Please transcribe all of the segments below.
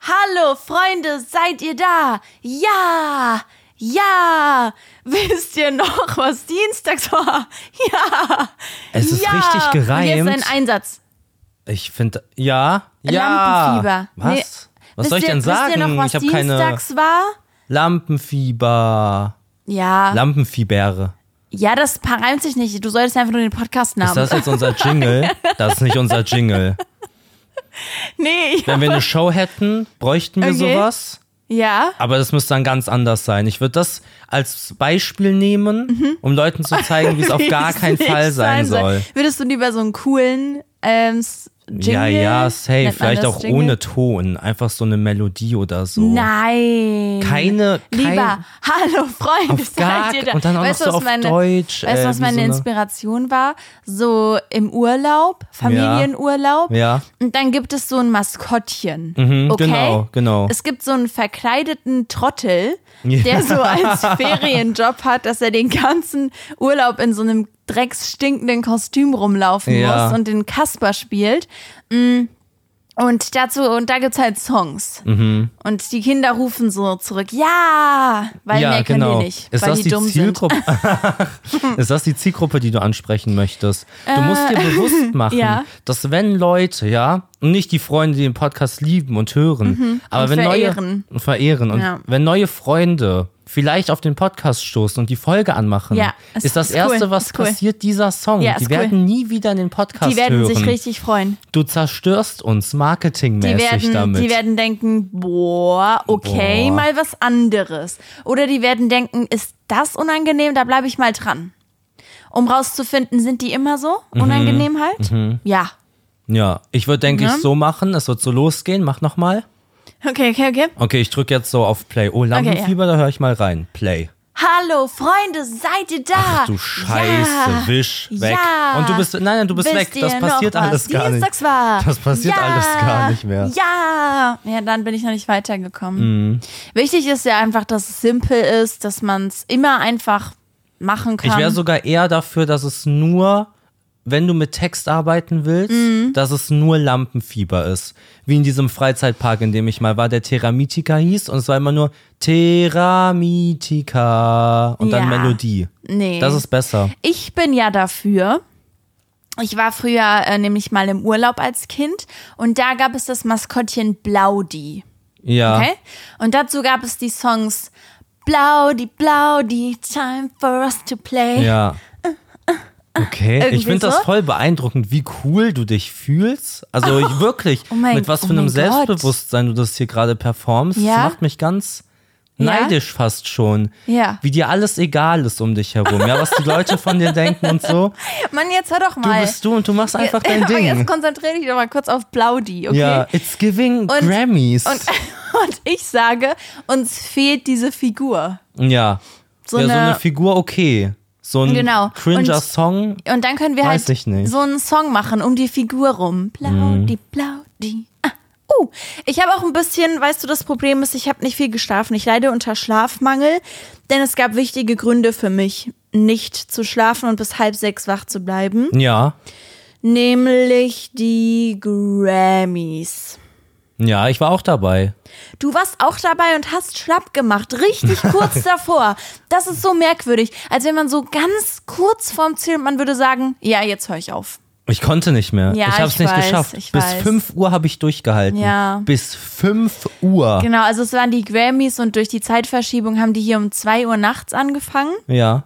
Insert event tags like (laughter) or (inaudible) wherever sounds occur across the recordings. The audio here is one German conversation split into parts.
Hallo Freunde, seid ihr da? Ja! Ja! (laughs) Wisst ihr noch, was dienstags war? (laughs) Ja! Es ist ja. richtig gereimt. Und jetzt ein Einsatz. Ich finde, ja, ja. Lampenfieber. Was? Nee. Was wisst soll ich ihr, denn sagen? Wisst ihr noch, was ich habe keine dienstags war? Lampenfieber. Ja. Lampenfieber. ja, das paar reimt sich nicht. Du solltest einfach nur den Podcastnamen. Ist das jetzt unser Jingle? Das ist nicht unser Jingle. (laughs) nee, ich- Wenn wir eine Show hätten, bräuchten wir Okay. sowas. ja. Aber das müsste dann ganz anders sein. Ich würde das als Beispiel nehmen, um Leuten zu zeigen, wie (laughs) es auf gar Mhm. Wie keinen es Fall nicht sein soll. Würdest du lieber so einen coolen ähm, S- Jingle? Ja, ja, safe. Nennt man Vielleicht das auch Jingle? ohne Ton. Einfach so eine Melodie oder so. Nein. Keine, kein, Lieber, hallo Freunde, Auf gar- (laughs) seid ihr da? und dann auch weißt noch du, was so auf meine, Deutsch, Weißt du, äh, was wie meine so eine- Inspiration war? So im Urlaub, Familienurlaub. Ja. Und dann gibt es so ein Maskottchen. Mhm, okay? genau, genau. Es gibt so einen verkleideten Trottel, Ja. der so als Ferienjob hat, dass er den ganzen Urlaub in so einem drecksstinkenden Kostüm rumlaufen Ja. muss und den Kasper spielt. Mm. Und dazu, und da gibt's halt Songs. Mhm. Und die Kinder rufen so zurück, ja, weil ja, mehr können genau. die nicht, ist weil das die dumm sind. (laughs) Zielgruppe? (laughs) ist das die Zielgruppe, die du ansprechen möchtest? Du musst dir bewusst machen, Äh, (laughs) ja. dass wenn Leute, ja, und nicht die Freunde, die den Podcast lieben und hören, aber Mhm. und wenn verehren. neue und verehren und Ja. wenn neue Freunde vielleicht auf den Podcast stoßen und die Folge anmachen, Ja, ist- ist, das ist cool, erste, was ist cool. passiert, dieser Song. Ja, die ist cool. werden nie wieder in den Podcast Die werden hören. sich richtig freuen. du zerstörst uns Die marketingmäßig werden, damit. die werden denken, boah, okay, Boah. mal was anderes. Oder die werden denken, ist das unangenehm, da bleibe ich mal dran. Um rauszufinden, sind die immer so Mhm. unangenehm halt? Ja. ja, ich würde, denke Ne? ich, so machen. Es wird so losgehen. Mach nochmal. Okay, okay, okay. Okay, ich drücke jetzt so auf Play. Oh, Lampenfieber, da höre ich mal rein. Play. Hallo Freunde, seid ihr da? Ach du Scheiße, Ja. wisch, weg. Ja. Und du bist, nein, nein, du bist Wisst weg. Das ihr passiert noch, was alles gar nicht. Dienstags war. Das passiert ja. alles gar nicht mehr. Mhm. Ja. Ja, dann bin ich noch nicht weitergekommen. Wichtig ist ja einfach, dass es simpel ist, dass man es immer einfach machen kann. Ich wäre sogar eher dafür, dass es nur, wenn du mit Text arbeiten willst, Mhm. dass es nur Lampenfieber ist. Wie in diesem Freizeitpark, in dem ich mal war, der Teramitika hieß und es war immer nur Teramitika und dann Ja. Melodie. Nee. Das ist besser. ich bin ja dafür. Ich war früher äh, nämlich mal im Urlaub als Kind und da gab es das Maskottchen Blaudi. Ja. Okay? Und dazu gab es die Songs Blaudi, Blaudi, Time for us to play. Ja. Äh, Okay, Irgendwie ich finde so. das voll beeindruckend, wie cool du dich fühlst. Also ich wirklich, oh mein- mit was oh für mein einem Gott. Selbstbewusstsein du das hier gerade performst, Ja? das macht mich ganz Ja? neidisch fast schon. Ja. Wie dir alles egal ist um dich herum, ja, was die Leute von dir denken und so. Mann, jetzt hör doch Du mal. bist du und du machst einfach Ja, (laughs) dein aber Oh, Jetzt Ding. konzentriere dich doch mal kurz auf Blaudi, okay? Ja, it's giving Grammys. Und, (laughs) und ich sage, uns fehlt diese Figur. ja. so ja, so eine- eine Figur okay. So ein Genau. cringer Und- Song. Und dann können wir Weiß halt ich nicht. Mhm. so einen Song machen um die Figur rum. Blaudi, blaudi. Ah, uh. Ich habe auch ein bisschen, weißt du, das Problem ist, ich habe nicht viel geschlafen. Ich leide unter Schlafmangel, denn es gab wichtige Gründe für mich, nicht zu schlafen und bis halb sechs wach zu bleiben. Ja. Nämlich die Grammys. Ja, ich war auch dabei. Du warst auch dabei und hast schlapp gemacht, (laughs) richtig kurz davor. Das ist so merkwürdig, als wenn man so ganz kurz vorm Ziel, man würde sagen, ja, jetzt höre ich auf. Ich konnte nicht mehr. Ja, ich habe ich es nicht weiß, geschafft. ich Bis weiß. 5 Uhr habe ich durchgehalten. Ja. Bis 5 Uhr. Genau, also es waren die Grammys und durch die Zeitverschiebung haben die hier um 2 Uhr nachts angefangen. Ja.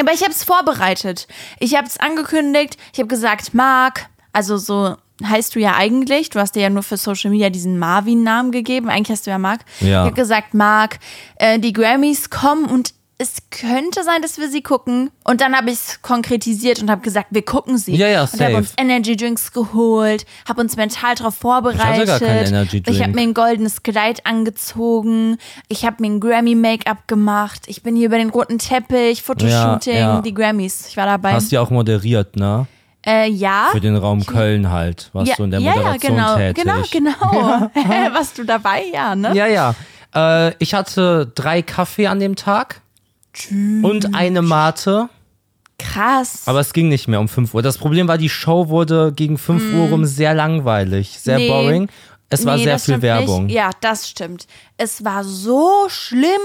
Aber ich habe es vorbereitet. Ich habe es angekündigt. Ich habe gesagt, Marc, also so heißt du ja eigentlich. Du hast dir ja nur für Social Media diesen Marvin-Namen gegeben. Eigentlich hast du ja Marc. Ja. Ich habe gesagt, Marc, äh, die Grammys kommen und es könnte sein, dass wir sie gucken. Und dann habe ich es konkretisiert und habe gesagt, wir gucken sie. Ja, ja, und habe safe. uns Energy Drinks geholt, habe uns mental darauf vorbereitet. gar keinen Energy Ich habe Drink. mir ein goldenes Kleid angezogen. Ich habe mir ein Grammy-Make-up gemacht. Ich bin hier über den roten Teppich, Fotoshooting, Ja, ja. die Grammys. Ich war dabei. Hast ja auch moderiert, ne? äh, ja. Für den Raum Köln halt. Warst ja, du in der ja, ja, Moderation genau, tätig. genau, genau. Hä, (laughs) Warst du dabei? Ja, ne? Ja, ja. Äh, ich hatte drei Kaffee an dem Tag. Und eine Mate. Krass. Aber es ging nicht mehr um 5 Uhr. Das Problem war, die Show wurde gegen 5 Uhr rum sehr langweilig, sehr Hm. Nee. boring. Es war Nee, sehr das viel stimmt Werbung. Nicht. Ja, das stimmt. Es war so schlimm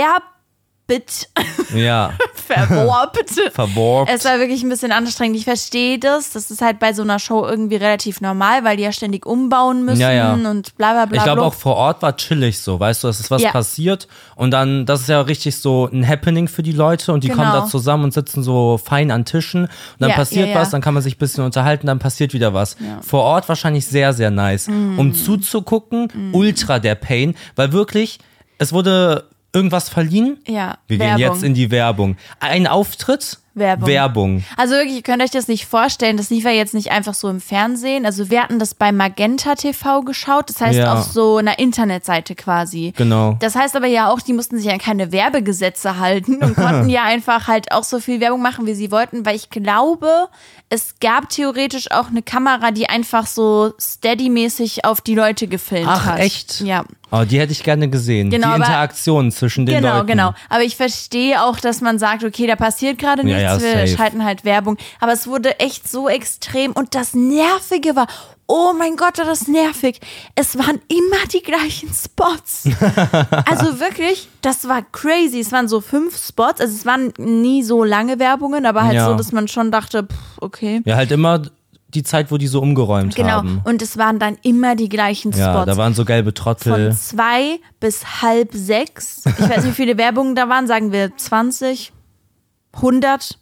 (laughs) verwerbet. Ja, Verworbt. verworben. Es war wirklich ein bisschen anstrengend. Ich verstehe das. Das ist halt bei so einer Show irgendwie relativ normal, weil die ja ständig umbauen müssen Ja, ja. und bla bla bla. Ich glaube bla. auch vor Ort war chillig so, weißt du, es ist was Ja. passiert und dann, das ist ja richtig so ein Happening für die Leute und die kommen Genau. da zusammen und sitzen so fein an Tischen und dann Ja, passiert ja, ja. was, dann kann man sich ein bisschen unterhalten, dann passiert wieder was. Vor Ort wahrscheinlich sehr, sehr nice. Mm. Um zuzugucken, ultra der Pain, weil wirklich, es wurde irgendwas verliehen. Ja, Wir gehen Werbung. jetzt in die Werbung. Ein Auftritt? Werbung. Werbung. Also wirklich, ihr könnt euch das nicht vorstellen. Das lief ja jetzt nicht einfach so im Fernsehen. Also wir hatten das bei Magenta TV geschaut. Das heißt Ja. auf so einer Internetseite quasi. Genau. Das heißt aber ja auch, die mussten sich an keine Werbegesetze halten (laughs) und konnten ja einfach halt auch so viel Werbung machen, wie sie wollten, weil ich glaube, es gab theoretisch auch eine Kamera, die einfach so steady-mäßig auf die Leute gefilmt Ach, hat. echt? Ja. Oh, die hätte ich gerne gesehen. Genau, die aber- Interaktion zwischen den Genau, Leuten. genau. Aber ich verstehe auch, dass man sagt, okay, da passiert gerade nichts, ja, wir safe. schalten halt Werbung. Aber es wurde echt so extrem und das Nervige war, oh mein Gott, war das nervig. Es waren immer die gleichen (laughs) Spots. also wirklich, das war crazy. Es waren so fünf Spots, also es waren nie so lange Werbungen, aber halt Ja. so, dass man schon dachte, pff, okay. Ja, halt immer die Zeit, wo die so umgeräumt Genau. haben. Und es waren dann immer die gleichen Spots. Ja, da waren so gelbe von Trottel. zwei bis halb sechs. Ich weiß nicht, wie viele Werbungen da waren. Sagen wir 20, 100.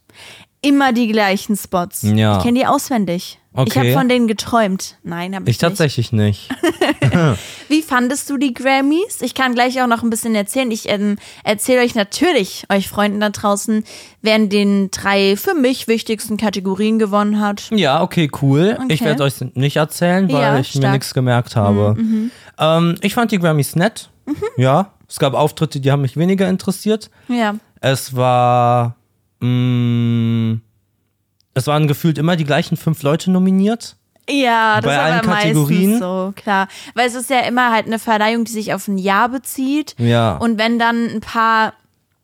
Immer die gleichen Spots. Ja. Ich kenne die auswendig. Ich habe Okay. von denen geträumt. Nein, habe ich, Ich tatsächlich nicht. nicht. Wie fandest du die Grammys? Ich kann gleich auch noch ein bisschen erzählen. Ich ähm, erzähle euch natürlich, euch Freunden da draußen, wer in den drei für mich wichtigsten Kategorien gewonnen hat. (laughs) Ja, okay, cool. Ich Okay. werde euch nicht erzählen, weil Ja, ich mir stark. Mhm, nichts gemerkt habe. Ähm, ich fand die Grammys nett. Ja, es gab Auftritte, die haben mich weniger interessiert. Ja. Es war. Mh, es waren gefühlt immer die gleichen fünf Leute nominiert. Ja, das Bei ist aber allen meistens Kategorien? so, klar. Weil es ist ja immer halt eine Verleihung, die sich auf ein Jahr bezieht. Ja. Und wenn dann ein paar,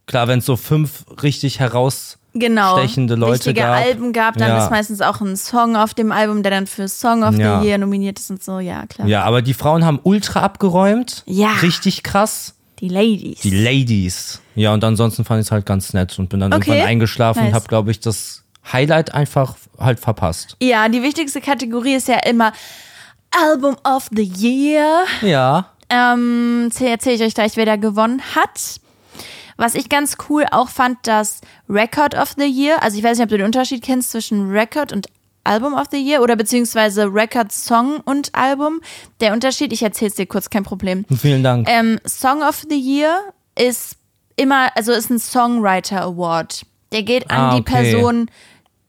Klar, wenn es so fünf richtig heraus. genau, Stechende Leute wichtige gab. Alben gab, dann Ja. ist meistens auch ein Song auf dem Album, der dann für Song of Ja. the Year nominiert ist und so, ja, klar. Ja, aber die Frauen haben ultra abgeräumt. Ja. Richtig krass. Die Ladies. Die Ladies. Ja, und ansonsten fand ich es halt ganz nett und bin dann Okay. irgendwann eingeschlafen Nice. und habe, glaube ich, das Highlight einfach halt verpasst. ja, die wichtigste Kategorie ist ja immer Album of the Year. Ja. Ähm, erzähle ich euch gleich, wer da gewonnen hat. Was ich ganz cool auch fand, das Record of the Year, also ich weiß nicht, ob du den Unterschied kennst zwischen Record und Album of the Year oder beziehungsweise Record Song und Album. Der Unterschied, ich erzähl's dir kurz, kein Problem. Vielen Dank. Ähm, Song of the Year ist immer, also ist ein Songwriter Award. Der geht an Ah, die okay. Person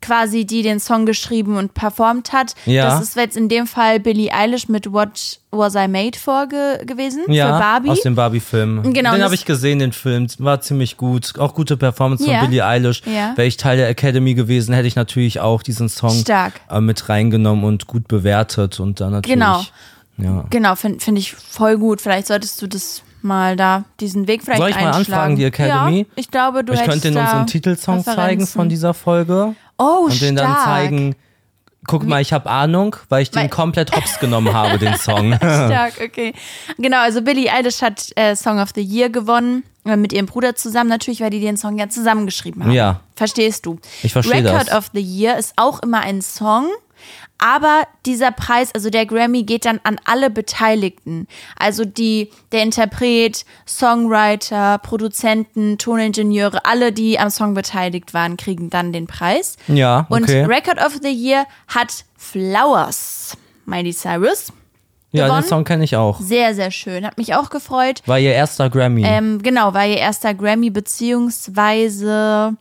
quasi, die den Song geschrieben und performt hat. Ja. Das ist jetzt in dem Fall Billie Eilish mit What Was I Made For ge gewesen ja, für Barbie. aus dem Barbie-Film. Genau, den das- habe ich gesehen, den Film. War ziemlich gut. Auch gute Performance Ja. von Billie Eilish. Ja. Wäre ich Teil der Academy gewesen, hätte ich natürlich auch diesen Song Stark. äh, mit reingenommen und gut bewertet und dann natürlich. Genau. Ja. Genau, finde find ich voll gut. Vielleicht solltest du das mal da, diesen Weg vielleicht Soll ich mal einschlagen. anfragen, die Academy? Ja, ich glaube, du Ich hättest könnte Ihnen da unseren Titelsong zeigen Referenzen. von dieser Folge. Oh, und den stark. dann zeigen, guck mal, ich habe Ahnung, weil ich den Weil- komplett hops genommen habe, den (laughs) Song. (laughs) Stark, okay. Genau, also Billie Eilish hat äh, Song of the Year gewonnen. äh, Mit ihrem Bruder zusammen, natürlich, weil die den Song ja zusammengeschrieben haben. Ja. Verstehst du? Ich verstehe Record das. of the Year ist auch immer ein Song, aber dieser Preis, also der Grammy, geht dann an alle Beteiligten. Also die, der Interpret, Songwriter, Produzenten, Toningenieure, alle, die am Song beteiligt waren, kriegen dann den Preis. Ja, Und okay. Record of the Year hat Flowers, Miley Cyrus. ja, gewonnen. den Song kenne ich auch. Sehr, sehr schön. Hat mich auch gefreut. War ihr erster Grammy. Ähm, genau, war ihr erster Grammy, beziehungsweise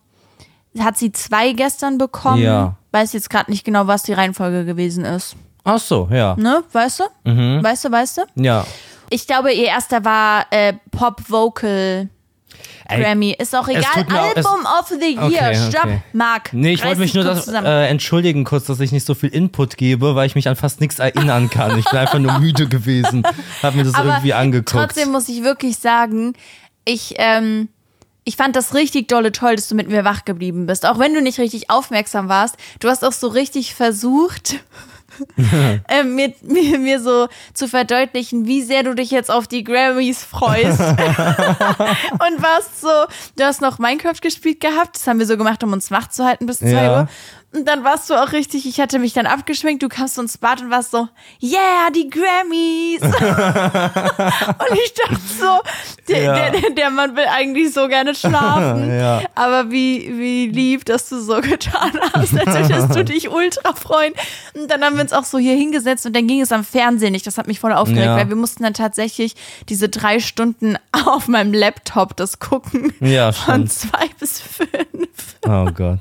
hat sie zwei gestern bekommen. Ja. Weiß jetzt gerade nicht genau, was die Reihenfolge gewesen ist. Ach so, ja. Ne? Weißt du? Mhm. Weißt du, weißt du? Ja. Ich glaube, ihr erster war äh, Pop Vocal Ey, Grammy. Ist auch egal. tut mir auch- es- Album of the Year. Okay, Stopp. okay. Marc. Nee, ich reiß wollte mich dich nur kurz das, zusammen. äh, entschuldigen kurz, dass ich nicht so viel Input gebe, weil ich mich an fast nichts erinnern kann. Ich bin einfach nur müde gewesen. Hab mir das Aber irgendwie angeguckt. Trotzdem muss ich wirklich sagen, ich, ähm, ich fand das richtig dolle toll, dass du mit mir wach geblieben bist. Auch wenn du nicht richtig aufmerksam warst. Du hast auch so richtig versucht, äh, mir, mir, mir so zu verdeutlichen, wie sehr du dich jetzt auf die Grammys freust. und warst so, du hast noch Minecraft gespielt gehabt, das haben wir so gemacht, um uns wach zu halten bis zwei Ja. Uhr. Und dann warst du auch richtig, ich hatte mich dann abgeschminkt, du kamst so ins Bad und warst so, yeah, die Grammys. und (laughs) ich dachte so, der, Ja. der, der, der Mann will eigentlich so (laughs) gerne schlafen. Ja. Aber wie, wie lieb, dass du so (laughs) getan hast, als würdest du dich ultra freuen. Und dann haben wir uns auch so hier hingesetzt und dann ging es am Fernsehen nicht. Das hat mich voll aufgeregt, Ja. weil wir mussten dann tatsächlich diese drei Stunden (laughs) auf meinem Laptop das gucken. Ja, Von stimmt. zwei bis fünf. Oh Gott.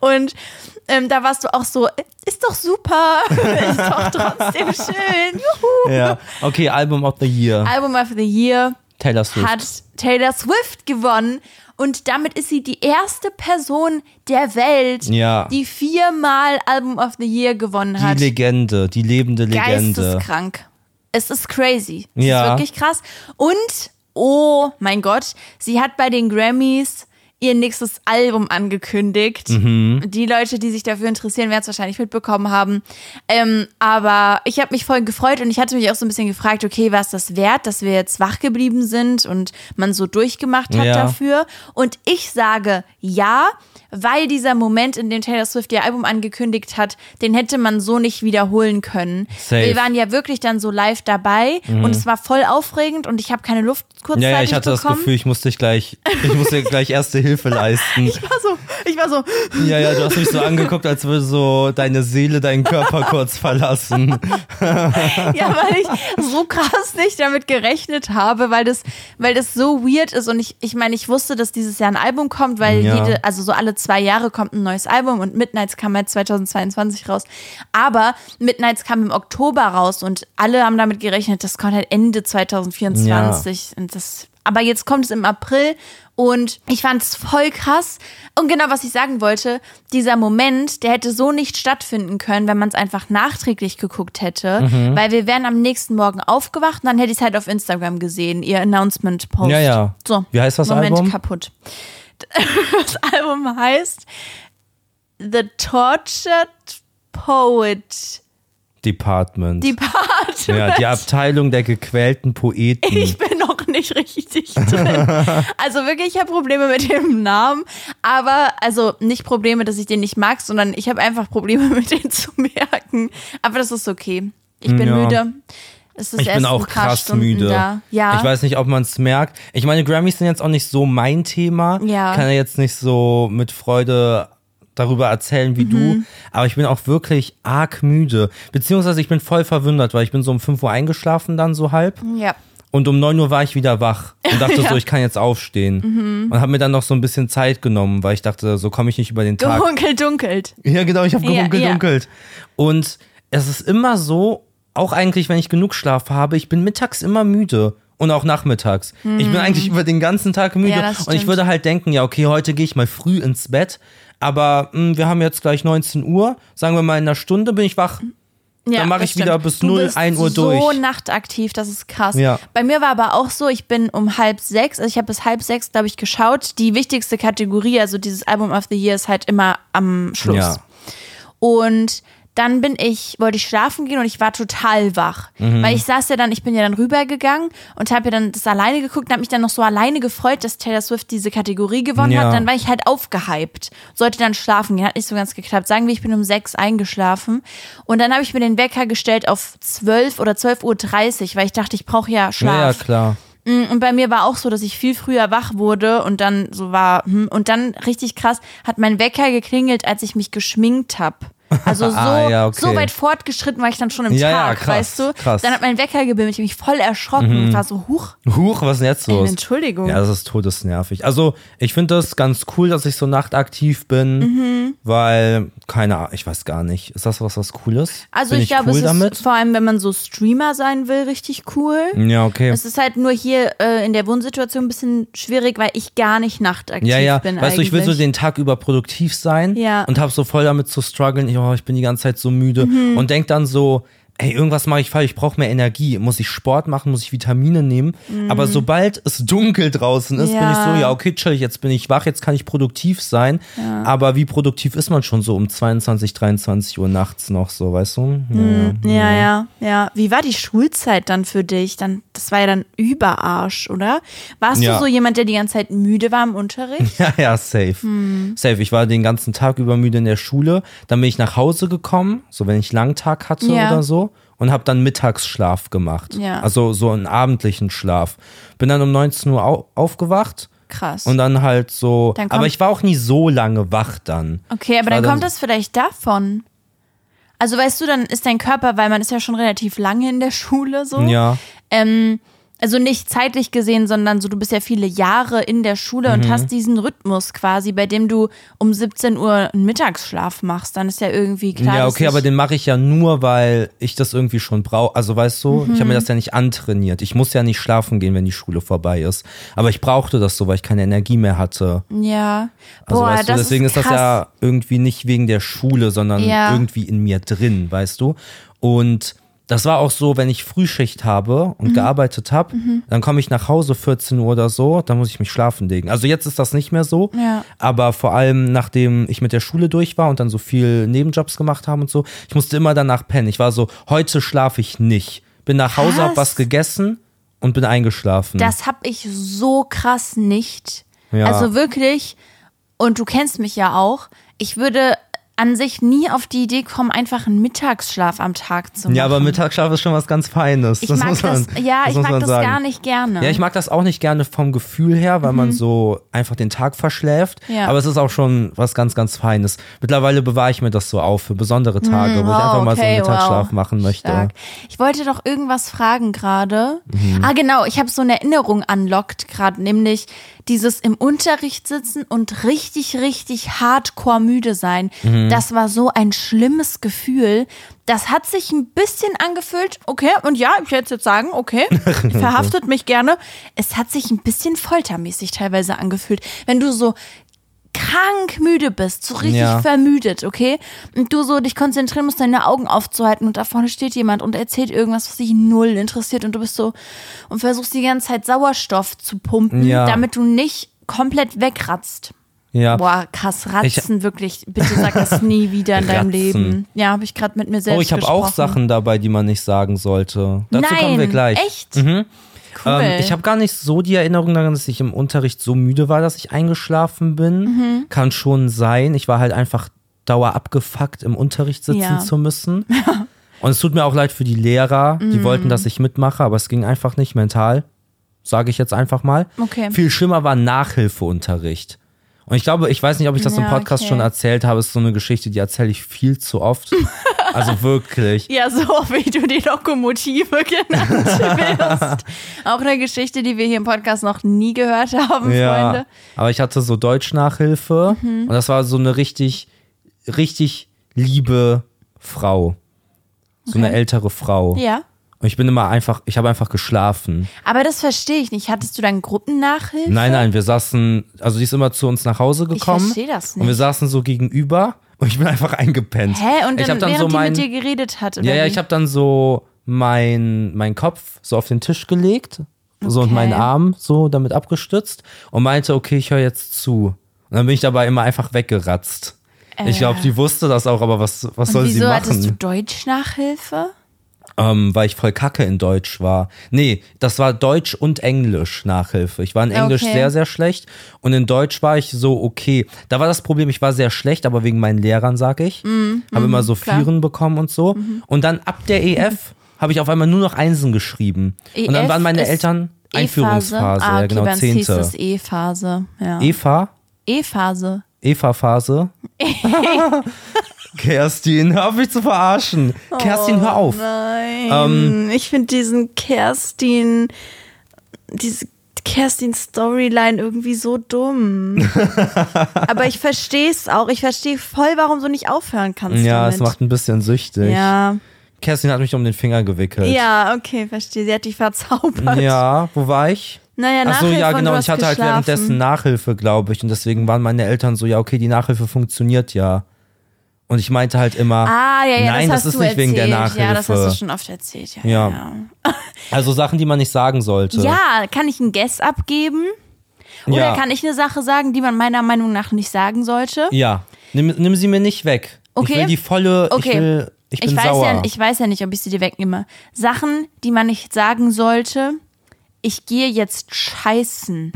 Und ähm, da warst du auch so, ist doch super, (laughs) ist doch trotzdem (laughs) schön. Juhu. Ja. Okay, Album of the Year. Album of the Year Taylor Swift. hat Taylor Swift gewonnen und damit ist sie die erste Person der Welt, Ja. die viermal Album of the Year gewonnen die hat. Legende, die lebende Legende. Geisteskrank. Es ist crazy. Es Ja. ist wirklich krass. Und, oh mein Gott, sie hat bei den Grammys ihr nächstes Album angekündigt. Mhm. Die Leute, die sich dafür interessieren, werden es wahrscheinlich mitbekommen haben. Ähm, aber ich habe mich voll gefreut und ich hatte mich auch so ein bisschen gefragt, okay, war es das wert, dass wir jetzt wach geblieben sind und man so durchgemacht hat Ja. dafür? Und ich sage ja, weil dieser Moment, in dem Taylor Swift ihr Album angekündigt hat, den hätte man so nicht wiederholen können. Safe. Mhm. Wir waren ja wirklich dann so live dabei und es war voll aufregend und ich habe keine Luft kurzzeitig Ja, ja, ich hatte das bekommen. Gefühl, ich musste dich gleich, ich musste dir gleich erste Hilfe leisten. (laughs) Ich war so, ich war so, Ja, ja, du hast mich (laughs) so angeguckt, als würde so deine Seele deinen Körper kurz verlassen. ja, weil ich so krass nicht damit gerechnet habe, weil das, weil das so weird ist und ich, ich meine, ich wusste, dass dieses Jahr ein Album kommt, weil Ja. jede, also so alle zwei Jahre kommt ein neues Album und Midnights kam halt 2022 raus, aber Midnights kam im Oktober raus und alle haben damit gerechnet, das kommt halt Ende 2024 und das, aber jetzt kommt es im April und ich fand es voll krass und genau was ich sagen wollte, dieser Moment, der hätte so nicht stattfinden können, wenn man es einfach nachträglich geguckt hätte, Mhm. weil wir wären am nächsten Morgen aufgewacht und dann hätte ich es halt auf Instagram gesehen, ihr Announcement Post. Ja, ja. So. Wie heißt das Moment Album? kaputt. (laughs) Das Album heißt The Tortured Poet Department. Department. ja, die Abteilung der gequälten Poeten. Ich bin noch nicht richtig drin. Also wirklich, ich habe Probleme mit dem Namen, aber also nicht Probleme, dass ich den nicht mag, sondern ich habe einfach Probleme (laughs) mit den zu merken. Aber das ist okay. Ich bin Ja. müde. Es ist Ich erst bin ein auch paar krass Stunden müde. Da. Ja. Ich weiß nicht, ob man es merkt. Ich meine, Grammys sind jetzt auch nicht so mein Thema. Ja. Kann ja jetzt nicht so mit Freude darüber erzählen wie Mhm. du, aber ich bin auch wirklich arg müde. Beziehungsweise ich bin voll verwundert, weil ich bin so um 5 Uhr eingeschlafen dann so halb ja. und um 9 Uhr war ich wieder wach (laughs) und dachte so, ich kann jetzt aufstehen. Mhm. Und habe mir dann noch so ein bisschen Zeit genommen, weil ich dachte, so komme ich nicht über den Tag. Gehunkelt, dunkelt. Ja, genau, ich habe Ja, gerunkelt, ja. dunkelt. Und es ist immer so, auch eigentlich, wenn ich genug Schlaf habe, ich bin mittags immer müde. Und auch nachmittags. Ich bin eigentlich über den ganzen Tag müde. Mhm. Ja, das und ich stimmt. würde halt denken, ja, okay, heute gehe ich mal früh ins Bett. Aber mh, wir haben jetzt gleich 19 Uhr. Sagen wir mal, in einer Stunde bin ich wach. Ja, Dann mach das ich wieder stimmt. bis Du 0, bist 1 Uhr so durch. nachtaktiv, das ist krass. Ja. Bei mir war aber auch so, ich bin um halb sechs, also ich habe bis halb sechs, glaube ich, geschaut. Die wichtigste Kategorie, also dieses Album of the Year, ist halt immer am Schluss. Ja. Und dann bin ich, wollte ich schlafen gehen und ich war total wach. Weil ich saß ja dann, ich bin ja dann rübergegangen und habe ja dann das alleine geguckt und habe mich dann noch so alleine gefreut, dass Taylor Swift diese Kategorie gewonnen Ja. hat. Dann war ich halt aufgehypt. Sollte dann schlafen gehen, hat nicht so ganz geklappt. Sagen wir, ich bin um sechs eingeschlafen und dann habe ich mir den Wecker gestellt auf zwölf oder 12.30 Uhr, weil ich dachte, ich brauche ja Schlaf. Ja, ja, klar. Mm, Und bei mir war auch so, dass ich viel früher wach wurde und dann so war, hm, und dann richtig krass hat mein Wecker geklingelt, als ich mich geschminkt habe. Also so, (laughs) Ah, ja, okay. so weit fortgeschritten war ich dann schon im Ja, ja, Tag, krass, weißt du? krass. Mhm. Dann hat mein Wecker gebimmelt, ich hab mich voll erschrocken und war so, huch, Huch, was ist denn jetzt los? Entschuldigung. Ja, das ist todesnervig. Also, ich finde das ganz cool, dass ich so nachtaktiv bin, Mhm. weil, keine Ahnung, ich weiß gar nicht. Ist das was, was Cooles? Also bin ich, ich glaube, cool es ist damit? Mhm. vor allem, wenn man so Streamer sein will, richtig cool. Ja, okay. Es ist halt nur hier äh, in der Wohnsituation ein bisschen schwierig, weil ich gar nicht nachtaktiv ja, ja. bin weißt du, eigentlich. ich will so den Tag über produktiv sein Ja. Mhm. und habe so voll damit zu strugglen. Ich, oh, ich bin die ganze Zeit so müde und denk dann so, hey, irgendwas mache ich falsch, ich brauche mehr Energie, muss ich Sport machen, muss ich Vitamine nehmen. Aber sobald es dunkel draußen ist, bin ich Mhm. Ja. so, ja, okay, chill, jetzt bin ich wach, jetzt kann ich produktiv sein. Aber wie produktiv ist man schon so um 22, 23 Uhr nachts noch so, weißt du? Ja. Ja, ja, ja. Wie war die Schulzeit dann für dich? Dann, das war ja dann Überarsch, oder? Warst Ja. Hm. du so jemand, der die ganze Zeit müde war im Unterricht? (laughs) Ja, ja, safe. Hm. Safe. Ich war den ganzen Tag über müde in der Schule. Dann bin ich nach Hause gekommen, so wenn ich Langtag hatte Ja. oder so. Und habe dann Mittagsschlaf gemacht. Ja. Also so einen abendlichen Schlaf. Bin dann um 19 Uhr au aufgewacht. Krass. Und dann halt so. Dann kommt- aber ich war auch nie so lange wach dann. Okay, aber Ich war dann kommt dann- das vielleicht davon. Also weißt du, dann ist dein Körper, weil man ist ja schon relativ lange in der Schule so. Ja. Ähm, also nicht zeitlich gesehen, sondern so, du bist ja viele Jahre in der Schule Mhm. und hast diesen Rhythmus quasi, bei dem du um 17 Uhr einen Mittagsschlaf machst. Dann ist ja irgendwie klar. ja, dass okay, ich- aber den mache ich ja nur, weil ich das irgendwie schon brauche. Also weißt du, ich habe Mhm. mir das ja nicht antrainiert. Ich muss ja nicht schlafen gehen, wenn die Schule vorbei ist. Aber ich brauchte das so, weil ich keine Energie mehr hatte. Ja. Also Boah, weißt du, das deswegen ist, ist krass. das ja irgendwie nicht wegen der Schule, sondern Ja. irgendwie in mir drin, weißt du? Und das war auch so, wenn ich Frühschicht habe Mhm. und gearbeitet habe, dann komme ich nach Hause 14 Uhr oder so, dann muss ich mich schlafen legen. Also jetzt ist das nicht mehr so, Ja. aber vor allem nachdem ich mit der Schule durch war und dann so viel Nebenjobs gemacht habe und so, ich musste immer danach pennen. Ich war so, heute schlafe ich nicht. Bin nach Hause, hab Krass. was gegessen und bin eingeschlafen. Das habe ich so krass nicht. Hm. Ja. Also wirklich, und du kennst mich ja auch, ich würde an sich nie auf die Idee kommen, einfach einen Mittagsschlaf am Tag zu machen. ja, aber Mittagsschlaf ist schon was ganz Feines. ich mag das, ja, ich muss mag man das sagen. gar nicht gerne. Ja, ich mag das auch nicht gerne vom Gefühl her, weil man so einfach den Tag verschläft. Mhm. Ja. Aber es ist auch schon was ganz, ganz Feines. Mittlerweile bewahre ich mir das so auf für besondere Tage, wo ich wow, einfach mal so einen Mhm. Oh, okay, Mittagsschlaf wow. machen möchte. Stark. Ich wollte doch irgendwas fragen gerade. Mhm. Ah, genau, ich habe so eine Erinnerung anlockt gerade, nämlich dieses im Unterricht sitzen und richtig, richtig hardcore müde sein. Mhm. Das war so ein schlimmes Gefühl. Das hat sich ein bisschen angefühlt, okay, und ja, ich werde jetzt sagen, (laughs) okay, verhaftet mich gerne. Es hat sich ein bisschen foltermäßig teilweise angefühlt. Wenn du so krank müde bist, so richtig Ja. vermüdet, okay? Und du so dich konzentrieren musst, deine Augen aufzuhalten und da vorne steht jemand und erzählt irgendwas, was dich null interessiert und du bist so und versuchst die ganze Zeit Sauerstoff zu pumpen, Ja. damit du nicht komplett wegratzt. Ja. Boah, krass, Ratzen wirklich. Bitte sag das nie (laughs) wieder in deinem Ratzen. Leben. Ja, habe ich gerade mit mir selbst Oh, ich habe gesprochen. auch Sachen dabei, die man nicht sagen sollte. Dazu Nein, kommen wir gleich. echt? Cool. Ähm, ich habe gar nicht so die Erinnerung daran, dass ich im Unterricht so müde war, dass ich eingeschlafen bin. Mhm. Kann schon sein. Ich war halt einfach dauer abgefuckt, im Unterricht (laughs) sitzen Ja. Mhm. zu müssen. Und es tut mir auch leid für die Lehrer, die wollten, dass ich mitmache, aber es ging einfach nicht mental. Sage ich jetzt einfach mal. Okay. Viel schlimmer war Nachhilfeunterricht. Und ich glaube, ich weiß nicht, ob ich das im Ja, Podcast okay. schon erzählt habe. Es ist so eine Geschichte, die erzähle ich viel zu oft. (laughs) also wirklich. Ja, so (laughs) wie du die Lokomotive (laughs) (laughs) genannt wirst. Auch eine Geschichte, die wir hier im Podcast noch nie gehört haben, Freunde. Mhm. Aber ich hatte so Deutschnachhilfe und das war so eine richtig, richtig liebe Frau. So eine ältere Frau. Ja. Und ich bin immer einfach, ich habe einfach geschlafen. Aber das verstehe ich nicht. Hattest du dann Gruppennachhilfe? Nein, nein, wir saßen, also die ist immer zu uns nach Hause gekommen. verstehe das Und wir nicht. saßen so gegenüber und ich bin einfach eingepennt. Hä? Und ich dann, hab dann während so die mein, mit dir geredet hat, oder Ja, ja, wie? ich habe dann so mein, mein Kopf so auf den Tisch gelegt, so und Okay. meinen Arm so damit abgestützt und meinte, okay, ich höre jetzt zu. Und dann bin ich dabei immer einfach weggeratzt. Ich glaube, die wusste das auch, aber was, was Äh. Und soll wieso sie hattest du machen? Deutschnachhilfe? Ähm, weil ich voll kacke in Deutsch war. Nee, das war Deutsch und Englisch Nachhilfe. Ich war in Englisch Okay. sehr, sehr schlecht und in Deutsch war ich so okay. Da war das Problem, ich war sehr schlecht, aber wegen meinen Lehrern, sag ich. habe immer so Mm, klar. Mhm. Vieren bekommen und so. Und dann ab der EF habe ich auf einmal nur noch Einsen geschrieben. und dann EF waren meine E ist Eltern E-Phase? Einführungsphase, Ah, ja, okay, genau, bei uns hieß zehnte. E- es E-Phase. Ja. Eva, E-Phase. (laughs) Eva-Phase. Kerstin, hör auf mich zu verarschen. Oh, Kerstin, hör auf. Ähm. Nein. ich finde diesen Kerstin, diese Kerstin-Storyline irgendwie so (laughs) dumm. Aber ich verstehe es auch. Ich verstehe voll, warum du nicht aufhören kannst. Ja, damit. es macht ein bisschen süchtig. Ja. Kerstin hat mich um den Finger gewickelt. ja, okay, verstehe. Sie hat dich verzaubert. Ja, wo war ich? Naja, Ach so, Nachhilfe ja, und genau. du Und hast ich hatte halt geschlafen. währenddessen Nachhilfe, glaube ich. Und deswegen waren meine Eltern so, ja, okay, die Nachhilfe funktioniert ja. Und ich meinte halt immer, Ah, ja, ja, nein, das, hast das, ist du nicht erzählt. wegen der Ja, das hast du Nachhilfe. schon oft erzählt. Ja, Ja. ja. also Sachen, die man nicht sagen sollte. ja kann ich einen Guess abgeben? Oder Ja. kann ich eine Sache sagen, die man meiner Meinung nach nicht sagen sollte? Ja. Nimm, nimm sie mir nicht weg. Okay. Ich will die volle, ich Okay. will, ich bin weiß sauer. Ja, ich weiß ja nicht, ob ich sie dir wegnehme. Sachen, die man nicht sagen sollte. Ich gehe jetzt (laughs) scheißen.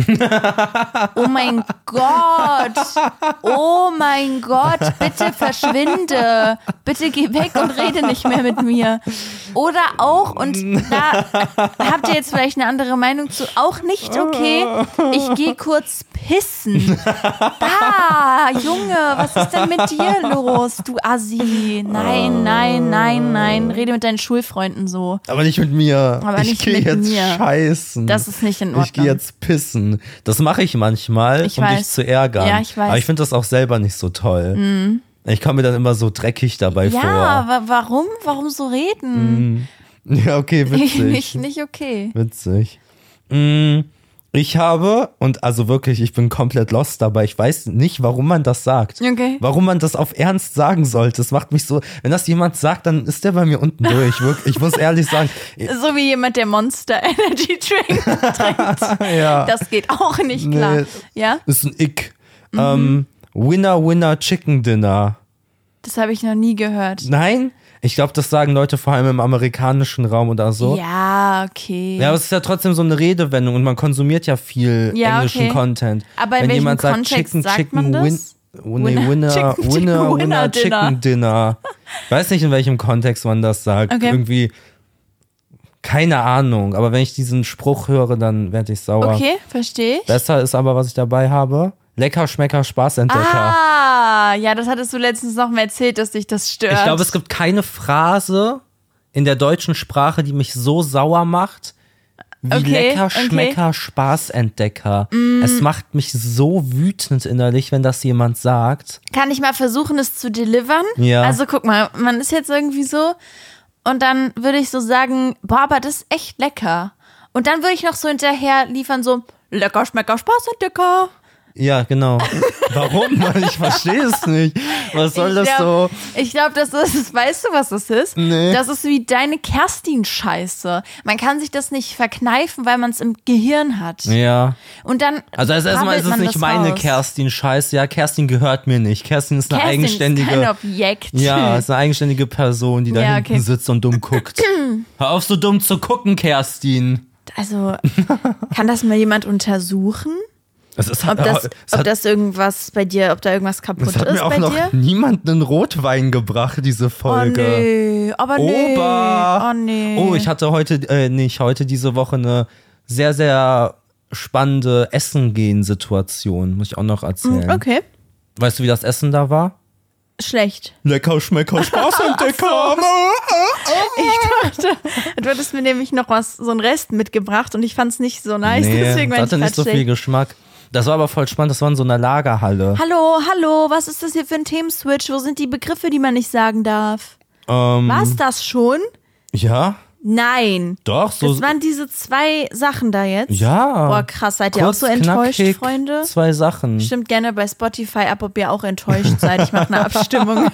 Oh mein Gott. Oh mein Gott. Bitte verschwinde. Bitte geh weg und rede nicht mehr mit mir. Oder auch, und da habt ihr jetzt vielleicht eine andere Meinung zu, auch nicht okay. Ich gehe kurz pissen. Ah, Junge, was ist denn mit dir los, du Assi? Äh. Nein, nein, nein, nein. Rede mit deinen Schulfreunden so. aber nicht mit mir. Aber ich nicht gehe mit jetzt mir. scheißen. Das ist nicht in ich gehe Ordnung. jetzt pissen. Das mache ich manchmal, Ich um dich weiß. zu ärgern. Ja, ich weiß. Mhm. Aber ich finde das auch selber nicht so toll. Ich komme mir dann immer so dreckig dabei Ja, wa warum? Warum so reden? vor. (laughs) Ja, okay, (laughs) Hm, witzig. nicht, nicht okay. Witzig. Mm, Ich habe, und also wirklich, ich bin komplett lost dabei. Ich weiß nicht, warum man das sagt. Okay. Warum man das auf Ernst sagen sollte. Das macht mich so, wenn das jemand sagt, dann ist der bei mir unten durch. Wirklich, ich muss ehrlich sagen. So wie jemand, der Monster (laughs) Energy Drink trinkt. Ja. Das geht auch nicht Nee. klar. Ja, ist ein Ick. Mhm. Ähm, Winner, Winner, Chicken Dinner. das habe ich noch nie gehört. Nein? Ich glaube, das sagen Leute vor allem im amerikanischen Raum oder so. Ja, okay. Ja, aber es ist ja trotzdem so eine Redewendung und man konsumiert ja viel Ja, englischen okay. Content. Aber in Wenn welchem jemand sagt Kontext Chicken, sagt Chicken, man das? Win nee, Winner- Winner, Winner, Chicken, Chicken, Winner, Winner Dinner. Chicken Dinner. Ich weiß nicht, in welchem Kontext man das sagt. Okay. Irgendwie, keine Ahnung. Aber wenn ich diesen Spruch höre, dann werde ich sauer. Okay, verstehe ich. Besser ist aber, was ich dabei habe. Lecker, Schmecker, Spaßentdecker. Ah, ja, das hattest du letztens noch mal erzählt, dass dich das stört. Ich glaube, es gibt keine Phrase in der deutschen Sprache, die mich so sauer macht, wie Okay, lecker, okay. Mm. schmecker, Spaßentdecker. Es macht mich so wütend innerlich, wenn das jemand sagt. kann ich mal versuchen, es zu delivern? Ja. Also guck mal, man ist jetzt irgendwie so und dann würde ich so sagen, boah, aber das ist echt lecker. Und dann würde ich noch so hinterher liefern, so lecker, schmecker, Spaß und dicker. Ja, (laughs) genau. Warum? Mann? Ich verstehe es nicht. Was soll ich das so? glaub- Ich glaube, das ist, (laughs) weißt du, was das ist? Nee. Das ist wie deine Kerstin-Scheiße. Man kann sich das nicht verkneifen, weil man es im Gehirn hat. Ja. Und dann. Also als erstmal brabbelt ist es man nicht das meine raus. Kerstin Scheiß. Ja, Kerstin gehört mir nicht. Kerstin ist eine Kerstin eigenständige. Ist kein Objekt. Ja, ist eine eigenständige Person, die da Ja, hinten okay. sitzt und dumm (clears throat) guckt. Hör auf, so dumm zu gucken, Kerstin. Also, kann das mal jemand untersuchen? Das ist, halt (laughs) Ob das, es ob hat, das irgendwas bei dir, ob da irgendwas kaputt es hat ist mir auch bei noch dir? niemand einen Rotwein gebracht, diese Oh Folge. nee, aber nee. Oba! Oh nee. Oh, ich hatte heute, äh, nicht heute, diese Woche eine sehr, sehr spannende Essen-Gehen-Situation, muss ich auch noch erzählen. Hm, Okay, Weißt du, wie das Essen da war? schlecht. Lecker, schmecker, (laughs) Spaßentdecker. Du hattest mir nämlich noch was, so einen Rest mitgebracht und ich fand es nicht so nice, nee, deswegen das war ich hatte nicht so viel schlecht. Geschmack. Das war aber voll spannend, das war in so einer Lagerhalle. Hallo, hallo, was ist das hier für ein Themenswitch? Wo sind die Begriffe, die man nicht sagen darf? Ähm, War's das schon? Ja, Nein. doch, so. Das waren diese zwei Sachen da jetzt. ja. Boah, krass, seid ihr Kurz, auch so enttäuscht, knackig, Freunde? Zwei Sachen. Stimmt gerne bei Spotify ab, ob ihr auch enttäuscht seid. Ich mache eine (laughs) Abstimmung.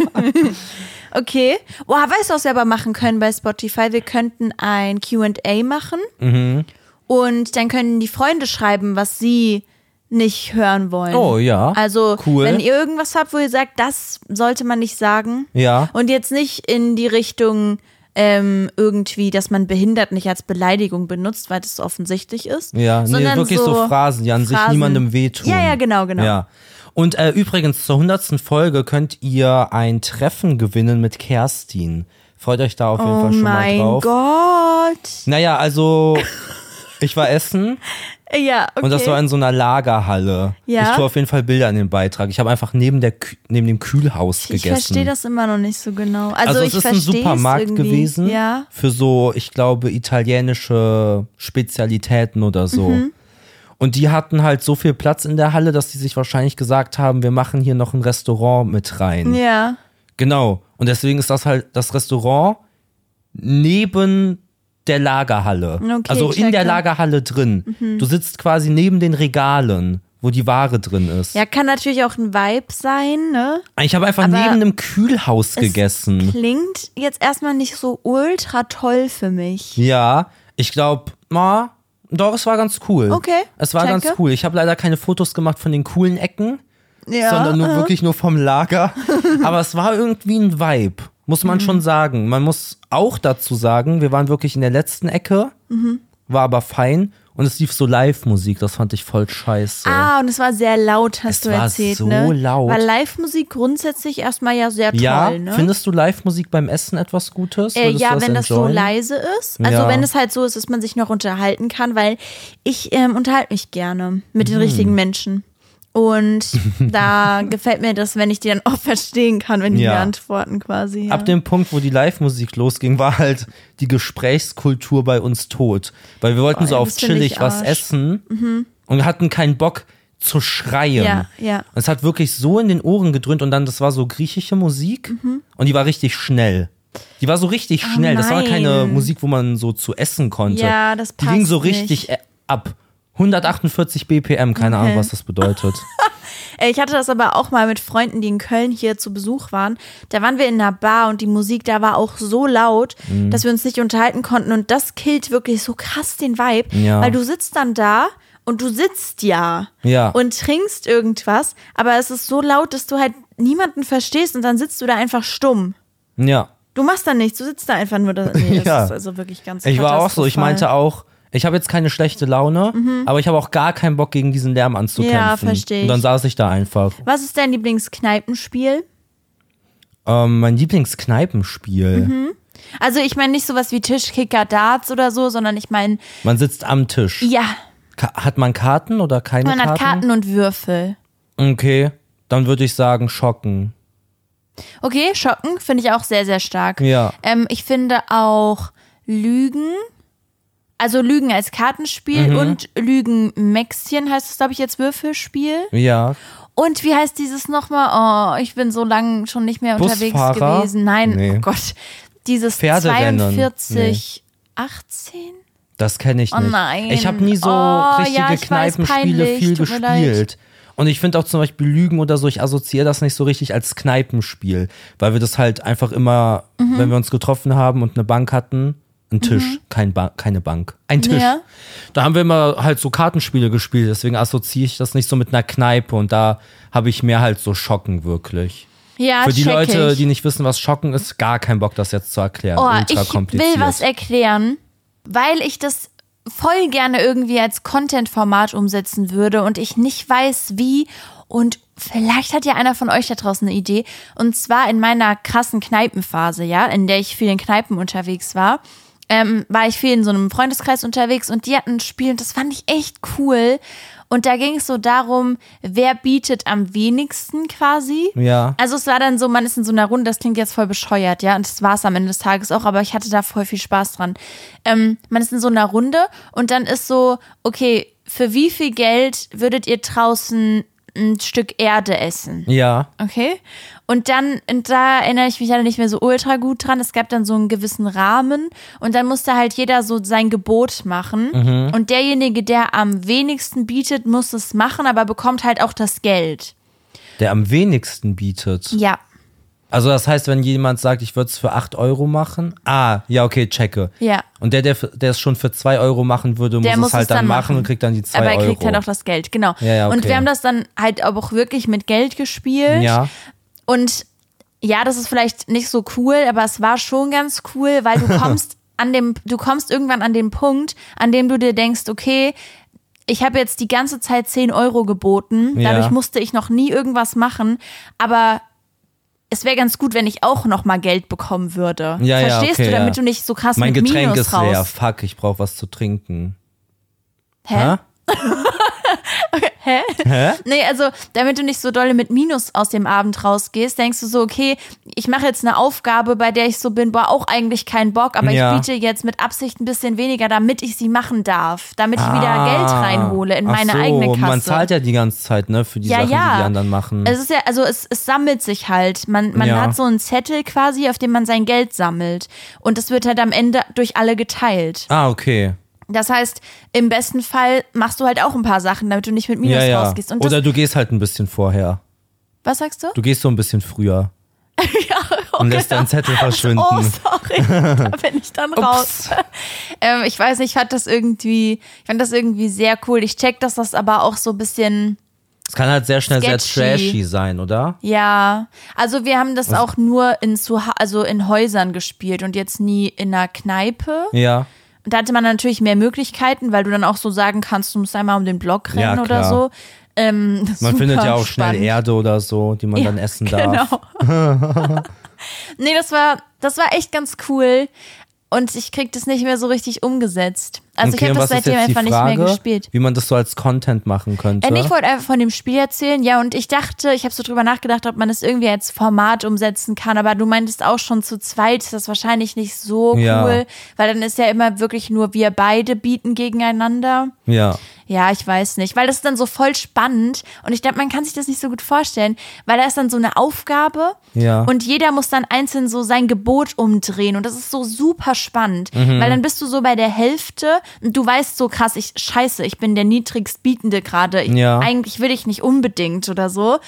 okay. Boah, weißt du, was wir aber machen können bei Spotify? Wir könnten ein QA machen. Mhm. Und dann können die Freunde schreiben, was sie nicht hören wollen. Oh, ja. Also, Cool. wenn ihr irgendwas habt, wo ihr sagt, das sollte man nicht sagen. Ja. Und jetzt nicht in die Richtung ähm, irgendwie, dass man behindert nicht als Beleidigung benutzt, weil das offensichtlich ist. Ja, nee, sondern wirklich so, Phrasen, die an sich Phrasen. niemandem wehtun. Ja, ja, genau, genau. Ja. Und äh, übrigens, zur hundertsten Folge könnt ihr ein Treffen gewinnen mit Kerstin. Freut euch da auf jeden Oh Fall schon mein mal drauf. Gott. (laughs) Naja, also ich war essen Ja, okay. und das war in so einer Lagerhalle. Ja. Ich tue auf jeden Fall Bilder in den Beitrag. Ich habe einfach neben, der, Kü- neben dem Kühlhaus ich gegessen. verstehe das immer noch nicht so genau. Also, Also, ich es ist ein versteh's Supermarkt irgendwie. gewesen Ja. für so, ich glaube, italienische Spezialitäten oder so. Mhm. Und die hatten halt so viel Platz in der Halle, dass die sich wahrscheinlich gesagt haben, wir machen hier noch ein Restaurant mit rein. Ja. Genau. Und deswegen ist das halt das Restaurant neben der Lagerhalle. Okay, Mhm. also in checke. der Lagerhalle drin. Du sitzt quasi neben den Regalen, wo die Ware drin ist. Ja, kann natürlich auch ein Vibe sein, ne? ich habe einfach aber neben einem Kühlhaus gegessen. Klingt jetzt erstmal nicht so ultra toll für mich. Ja, ich glaube, ma, doch, es war ganz cool. Okay, Es war ganz danke. cool. Ich habe leider keine Fotos gemacht von den coolen Ecken, Ja. äh. sondern nur wirklich nur (laughs) vom Lager. Aber es war irgendwie ein Vibe, muss Mhm. man schon sagen. Man muss auch dazu sagen, wir waren wirklich in der letzten Ecke, Mhm. war aber fein und es lief so Live-Musik, das fand ich voll scheiße. Ah, und es war sehr laut, hast Es du war erzählt, so ne? laut. Weil Live-Musik grundsätzlich erstmal ja sehr toll, ja, ne? findest du Live-Musik beim Essen etwas Gutes? Äh, Würdest du ja, das wenn das so enjoyen? leise ist. Also Ja. wenn es halt so ist, dass man sich noch unterhalten kann, weil ich ähm, unterhalte mich gerne mit Mhm. den richtigen Menschen. (laughs) Und da gefällt mir das, wenn ich die dann auch verstehen kann, wenn die Ja. mir antworten quasi. Ja. Ab dem Punkt, wo die Live-Musik losging, war halt die Gesprächskultur bei uns tot. Weil wir wollten Boah, so auf das find ich chillig was Arsch. Mhm. essen und hatten keinen Bock zu schreien. Ja, ja. Und es hat wirklich so in den Ohren gedröhnt und dann, das war so griechische Musik Mhm. und die war richtig schnell. Die war so richtig schnell. Das war Oh nein. keine Musik, wo man so zu essen konnte. Ja, das Die ging passt so richtig äh, ab. 148 BPM, keine Ahnung, Okay. was (laughs) das bedeutet. Äh, Ich hatte das aber auch mal mit Freunden, die in Köln hier zu Besuch waren. Da waren wir in einer Bar und die Musik da war auch so laut, Mhm. dass wir uns nicht unterhalten konnten. Und das killt wirklich so krass den Vibe, Ja. weil du sitzt dann da und du sitzt ja, Ja. und trinkst irgendwas, aber es ist so laut, dass du halt niemanden verstehst und dann sitzt du da einfach stumm. ja. Du machst da nichts, du sitzt da einfach nur. Da. (laughs) Nee, das Ja. ist also wirklich ganz Ich war auch so, ich katastrophal. meinte auch, ich habe jetzt keine schlechte Laune, aber ich habe auch gar keinen Bock, gegen diesen Lärm anzukämpfen. Mhm. Ja, versteh ich. Und dann saß ich da einfach. Was ist dein Lieblingskneipenspiel? Ähm, mein Lieblingskneipenspiel. Also ich meine nicht sowas wie Tischkicker, Darts oder so, sondern ich meine, Man sitzt am Tisch. ja, Ka hat man Karten oder keine Man hat Karten und Würfel. Okay, dann würde ich sagen Schocken. Okay, Schocken finde ich auch sehr, sehr stark. Ja. Ähm, ich finde auch Lügen, also Lügen als Kartenspiel Mhm. und Lügen-Mäxchen heißt es, glaube ich, jetzt Würfelspiel. Ja, Und wie heißt dieses nochmal? Oh, ich bin so lange schon nicht mehr unterwegs Busfahrer? gewesen. Nein, Nee. oh Gott. Dieses Pferderennen? 42, 18? das kenne ich Oh nicht. nein. Ich habe nie so Oh, richtige ja, ich weiß, Kneipenspiele peinlich, viel tut mir gespielt. leid. Und ich finde auch zum Beispiel Lügen oder so, ich assoziiere das nicht so richtig als Kneipenspiel, weil wir das halt einfach immer, Mhm. wenn wir uns getroffen haben und eine Bank hatten, ein Tisch, kein ba keine Bank, ein Tisch. Ja. Da haben wir immer halt so Kartenspiele gespielt, deswegen assoziiere ich das nicht so mit einer Kneipe und da habe ich mehr halt so Schocken wirklich. Ja, Für die Ah, check Leute, ich. die nicht wissen, was Schocken ist, gar kein Bock, das jetzt zu erklären. Oh, Ultra ich kompliziert. will was erklären, weil ich das voll gerne irgendwie als Content-Format umsetzen würde und ich nicht weiß, wie. Und vielleicht hat ja einer von euch da draußen eine Idee. Und zwar in meiner krassen Kneipenphase, ja, in der ich viel in Kneipen unterwegs war. Ähm, war ich viel in so einem Freundeskreis unterwegs und die hatten ein Spiel und das fand ich echt cool. Und da ging es so darum, wer bietet am wenigsten quasi. Ja. Also es war dann so, man ist in so einer Runde, das klingt jetzt voll bescheuert, ja, und das war es am Ende des Tages auch, aber ich hatte da voll viel Spaß dran. Ähm, man ist in so einer Runde und dann ist so, okay, für wie viel Geld würdet ihr draußen ein Stück Erde essen? Ja. Okay. Und dann, und da erinnere ich mich leider nicht mehr so ultra gut dran. Es gab dann so einen gewissen Rahmen und dann musste halt jeder so sein Gebot machen. Mhm. Und derjenige, der am wenigsten bietet, muss es machen, aber bekommt halt auch das Geld. Der am wenigsten bietet. Ja. Also das heißt, wenn jemand sagt, ich würde es für 8 Euro machen, ah, ja, okay, checke. Ja. Und der, der f- der es schon für 2 Euro machen würde, muss, Der muss es halt es dann, dann machen und machen. kriegt dann die 2 Aber er Euro. kriegt halt auch das Geld, genau. Ja, ja, Und okay. wir haben das dann halt aber auch wirklich mit Geld gespielt. ja, Und ja, das ist vielleicht nicht so cool, aber es war schon ganz cool, weil (laughs) du kommst an dem, du kommst irgendwann an den Punkt, an dem du dir denkst, okay, ich habe jetzt die ganze Zeit 10 Euro geboten, Ja. dadurch musste ich noch nie irgendwas machen, aber es wäre ganz gut, wenn ich auch noch mal Geld bekommen würde. Ja, ja, Verstehst okay, du, damit du ja. nicht so krass mein mit Getränk Minus ist raus. leer. Fuck, ich brauche was zu trinken. Hä? Hä? Hä? Nee, also damit du nicht so dolle mit Minus aus dem Abend rausgehst, denkst du so, okay, ich mache jetzt eine Aufgabe, bei der ich so bin, boah, auch eigentlich keinen Bock, aber Ja. ich biete jetzt mit Absicht ein bisschen weniger, damit ich sie machen darf, damit ich wieder Ah. Geld reinhole in Ach meine so, eigene Kasse. Man zahlt ja die ganze Zeit, ne, für die Ja, Sachen, ja. die die anderen machen. es ist ja, also es, es sammelt sich halt. Man, man Ja. hat so einen Zettel quasi, auf dem man sein Geld sammelt. Und es wird halt am Ende durch alle geteilt. ah, okay. Das heißt, im besten Fall machst du halt auch ein paar Sachen, damit du nicht mit Minus ja, ja. rausgehst. Und das, Oder du gehst halt ein bisschen vorher. was sagst du? Du gehst so ein bisschen früher (laughs) ja, oh, und lässt deinen Zettel verschwinden. Oh, (laughs) sorry, da bin ich dann raus. Ähm, ich weiß nicht, ich fand das irgendwie, ich fand das irgendwie sehr cool. Ich check, dass das aber auch so ein bisschen, Es kann halt sehr schnell sehr Sketchy. trashy sein, oder? ja. Also wir haben das auch nur in Zuha also in Häusern gespielt und jetzt nie in einer Kneipe. Ja. Und da hatte man natürlich mehr Möglichkeiten, weil du dann auch so sagen kannst, du musst einmal um den Block Ja, rennen oder klar. so. Ähm, das ist Man findet super ja auch schnell spannend. Erde oder so, die man Ja, dann essen darf. Genau. (laughs) nee, das war, das war echt ganz cool. Und ich krieg das nicht mehr so richtig umgesetzt. Also ich und habe das was ist seitdem jetzt die einfach nicht Frage, mehr gespielt. Wie man das so als Content machen könnte. Äh, ich wollte einfach von dem Spiel erzählen. Ja, und ich dachte, ich habe so drüber nachgedacht, ob man das irgendwie als Format umsetzen kann. Aber du meintest auch schon zu zweit, ist das wahrscheinlich nicht so Ja. cool, weil dann ist ja immer wirklich nur wir beide bieten gegeneinander. ja. Ja, ich weiß nicht, weil das ist dann so voll spannend und ich glaube, man kann sich das nicht so gut vorstellen, weil da ist dann so eine Aufgabe Ja. und jeder muss dann einzeln so sein Gebot umdrehen und das ist so super spannend, Mhm. weil dann bist du so bei der Hälfte und du weißt so krass, ich scheiße, ich bin der niedrigstbietende gerade, Ich- Ja. eigentlich will ich nicht unbedingt oder so.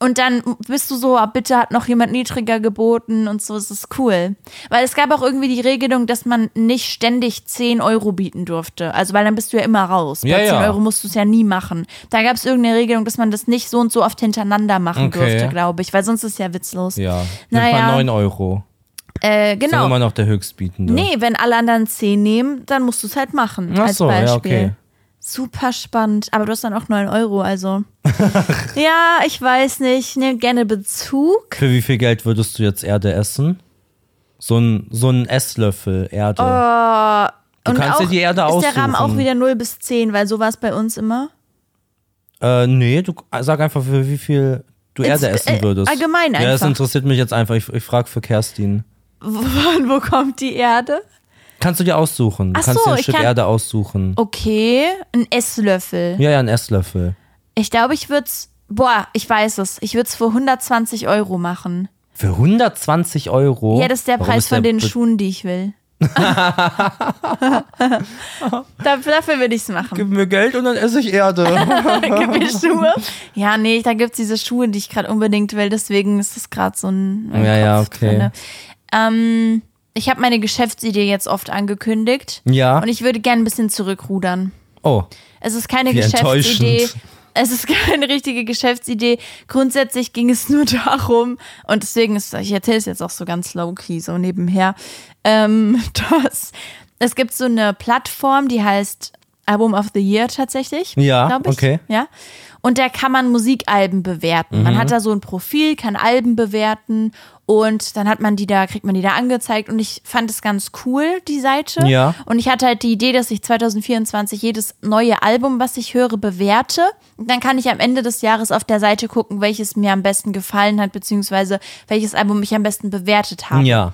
Und dann bist du so, ah, bitte hat noch jemand niedriger geboten und so, es ist cool. Weil es gab auch irgendwie die Regelung, dass man nicht ständig 10 Euro bieten durfte. Also, weil dann bist du ja immer raus. Bei Ja, 10 ja. Euro musst du es ja nie machen. Da gab es irgendeine Regelung, dass man das nicht so und so oft hintereinander machen Okay. durfte, glaube ich, weil sonst ist ja witzlos. Ja. Nimmt Naja. mal 9 Euro. Äh, Ist ja genau. immer noch der Höchstbietende. Nee, wenn alle anderen 10 nehmen, dann musst du es halt machen. Ach als so, Beispiel. ja, okay. Super spannend. Aber du hast dann auch 9 Euro, (laughs) also. ja, ich weiß nicht. Nehmt gerne Bezug. Für wie viel Geld würdest du jetzt Erde essen? So ein, so ein Esslöffel Erde. Du und kannst dir die Erde ist aussuchen. der Rahmen auch wieder 0 bis 10, weil so war es bei uns immer. (laughs) Äh, nee, du sag einfach, für wie viel du Erde Ins- essen äh, würdest. allgemein Ja, das einfach. interessiert mich jetzt einfach. Ich, ich frage für Kerstin. Von wo kommt die Erde? Kannst du dir aussuchen? Du Ach kannst so, dir ein ich Stück kann- Erde aussuchen. Okay, ein Esslöffel. Ja, ja, ein Esslöffel. Ich glaube, ich würde es, boah, ich weiß es, ich würde es für 120 Euro machen. Für 120 Euro. Ja, das ist der Warum Preis ist von der den be- Schuhen, die ich (laughs) will. Da- Dafür würde ich es machen. Gib mir Geld und dann esse ich Erde. Gib Genau. mir Schuhe. Ja, nee, da gibt es diese Schuhe, die ich gerade unbedingt will. Deswegen ist es gerade so ein. mein Ja, ja, okay. drinne. Ähm, ich habe meine Geschäftsidee jetzt oft angekündigt. Ja. Und ich würde gern ein bisschen zurückrudern. (laughs) oh, Es ist keine Wie Geschäftsidee. enttäuschend. Es ist (laughs) keine richtige Geschäftsidee. Grundsätzlich ging es nur (laughs) darum, und deswegen ist, ich erzähle es jetzt auch so ganz low-key, so nebenher, ähm, (laughs) dass es gibt so eine Plattform, die heißt Album of the Year tatsächlich. Ja, glaub ich. okay. Mhm. Ja. Und da kann man Musikalben bewerten. Man hat da so ein Profil, kann Alben bewerten und dann hat man die da, kriegt man die da angezeigt und ich fand es ganz cool, die Seite. Ja. Und ich hatte halt die Idee, dass ich 2024 jedes neue Album, was ich höre, bewerte. Und dann kann ich am Ende des Jahres auf der Seite gucken, welches mir am besten gefallen hat, beziehungsweise welches Album ich am besten bewertet habe. ja.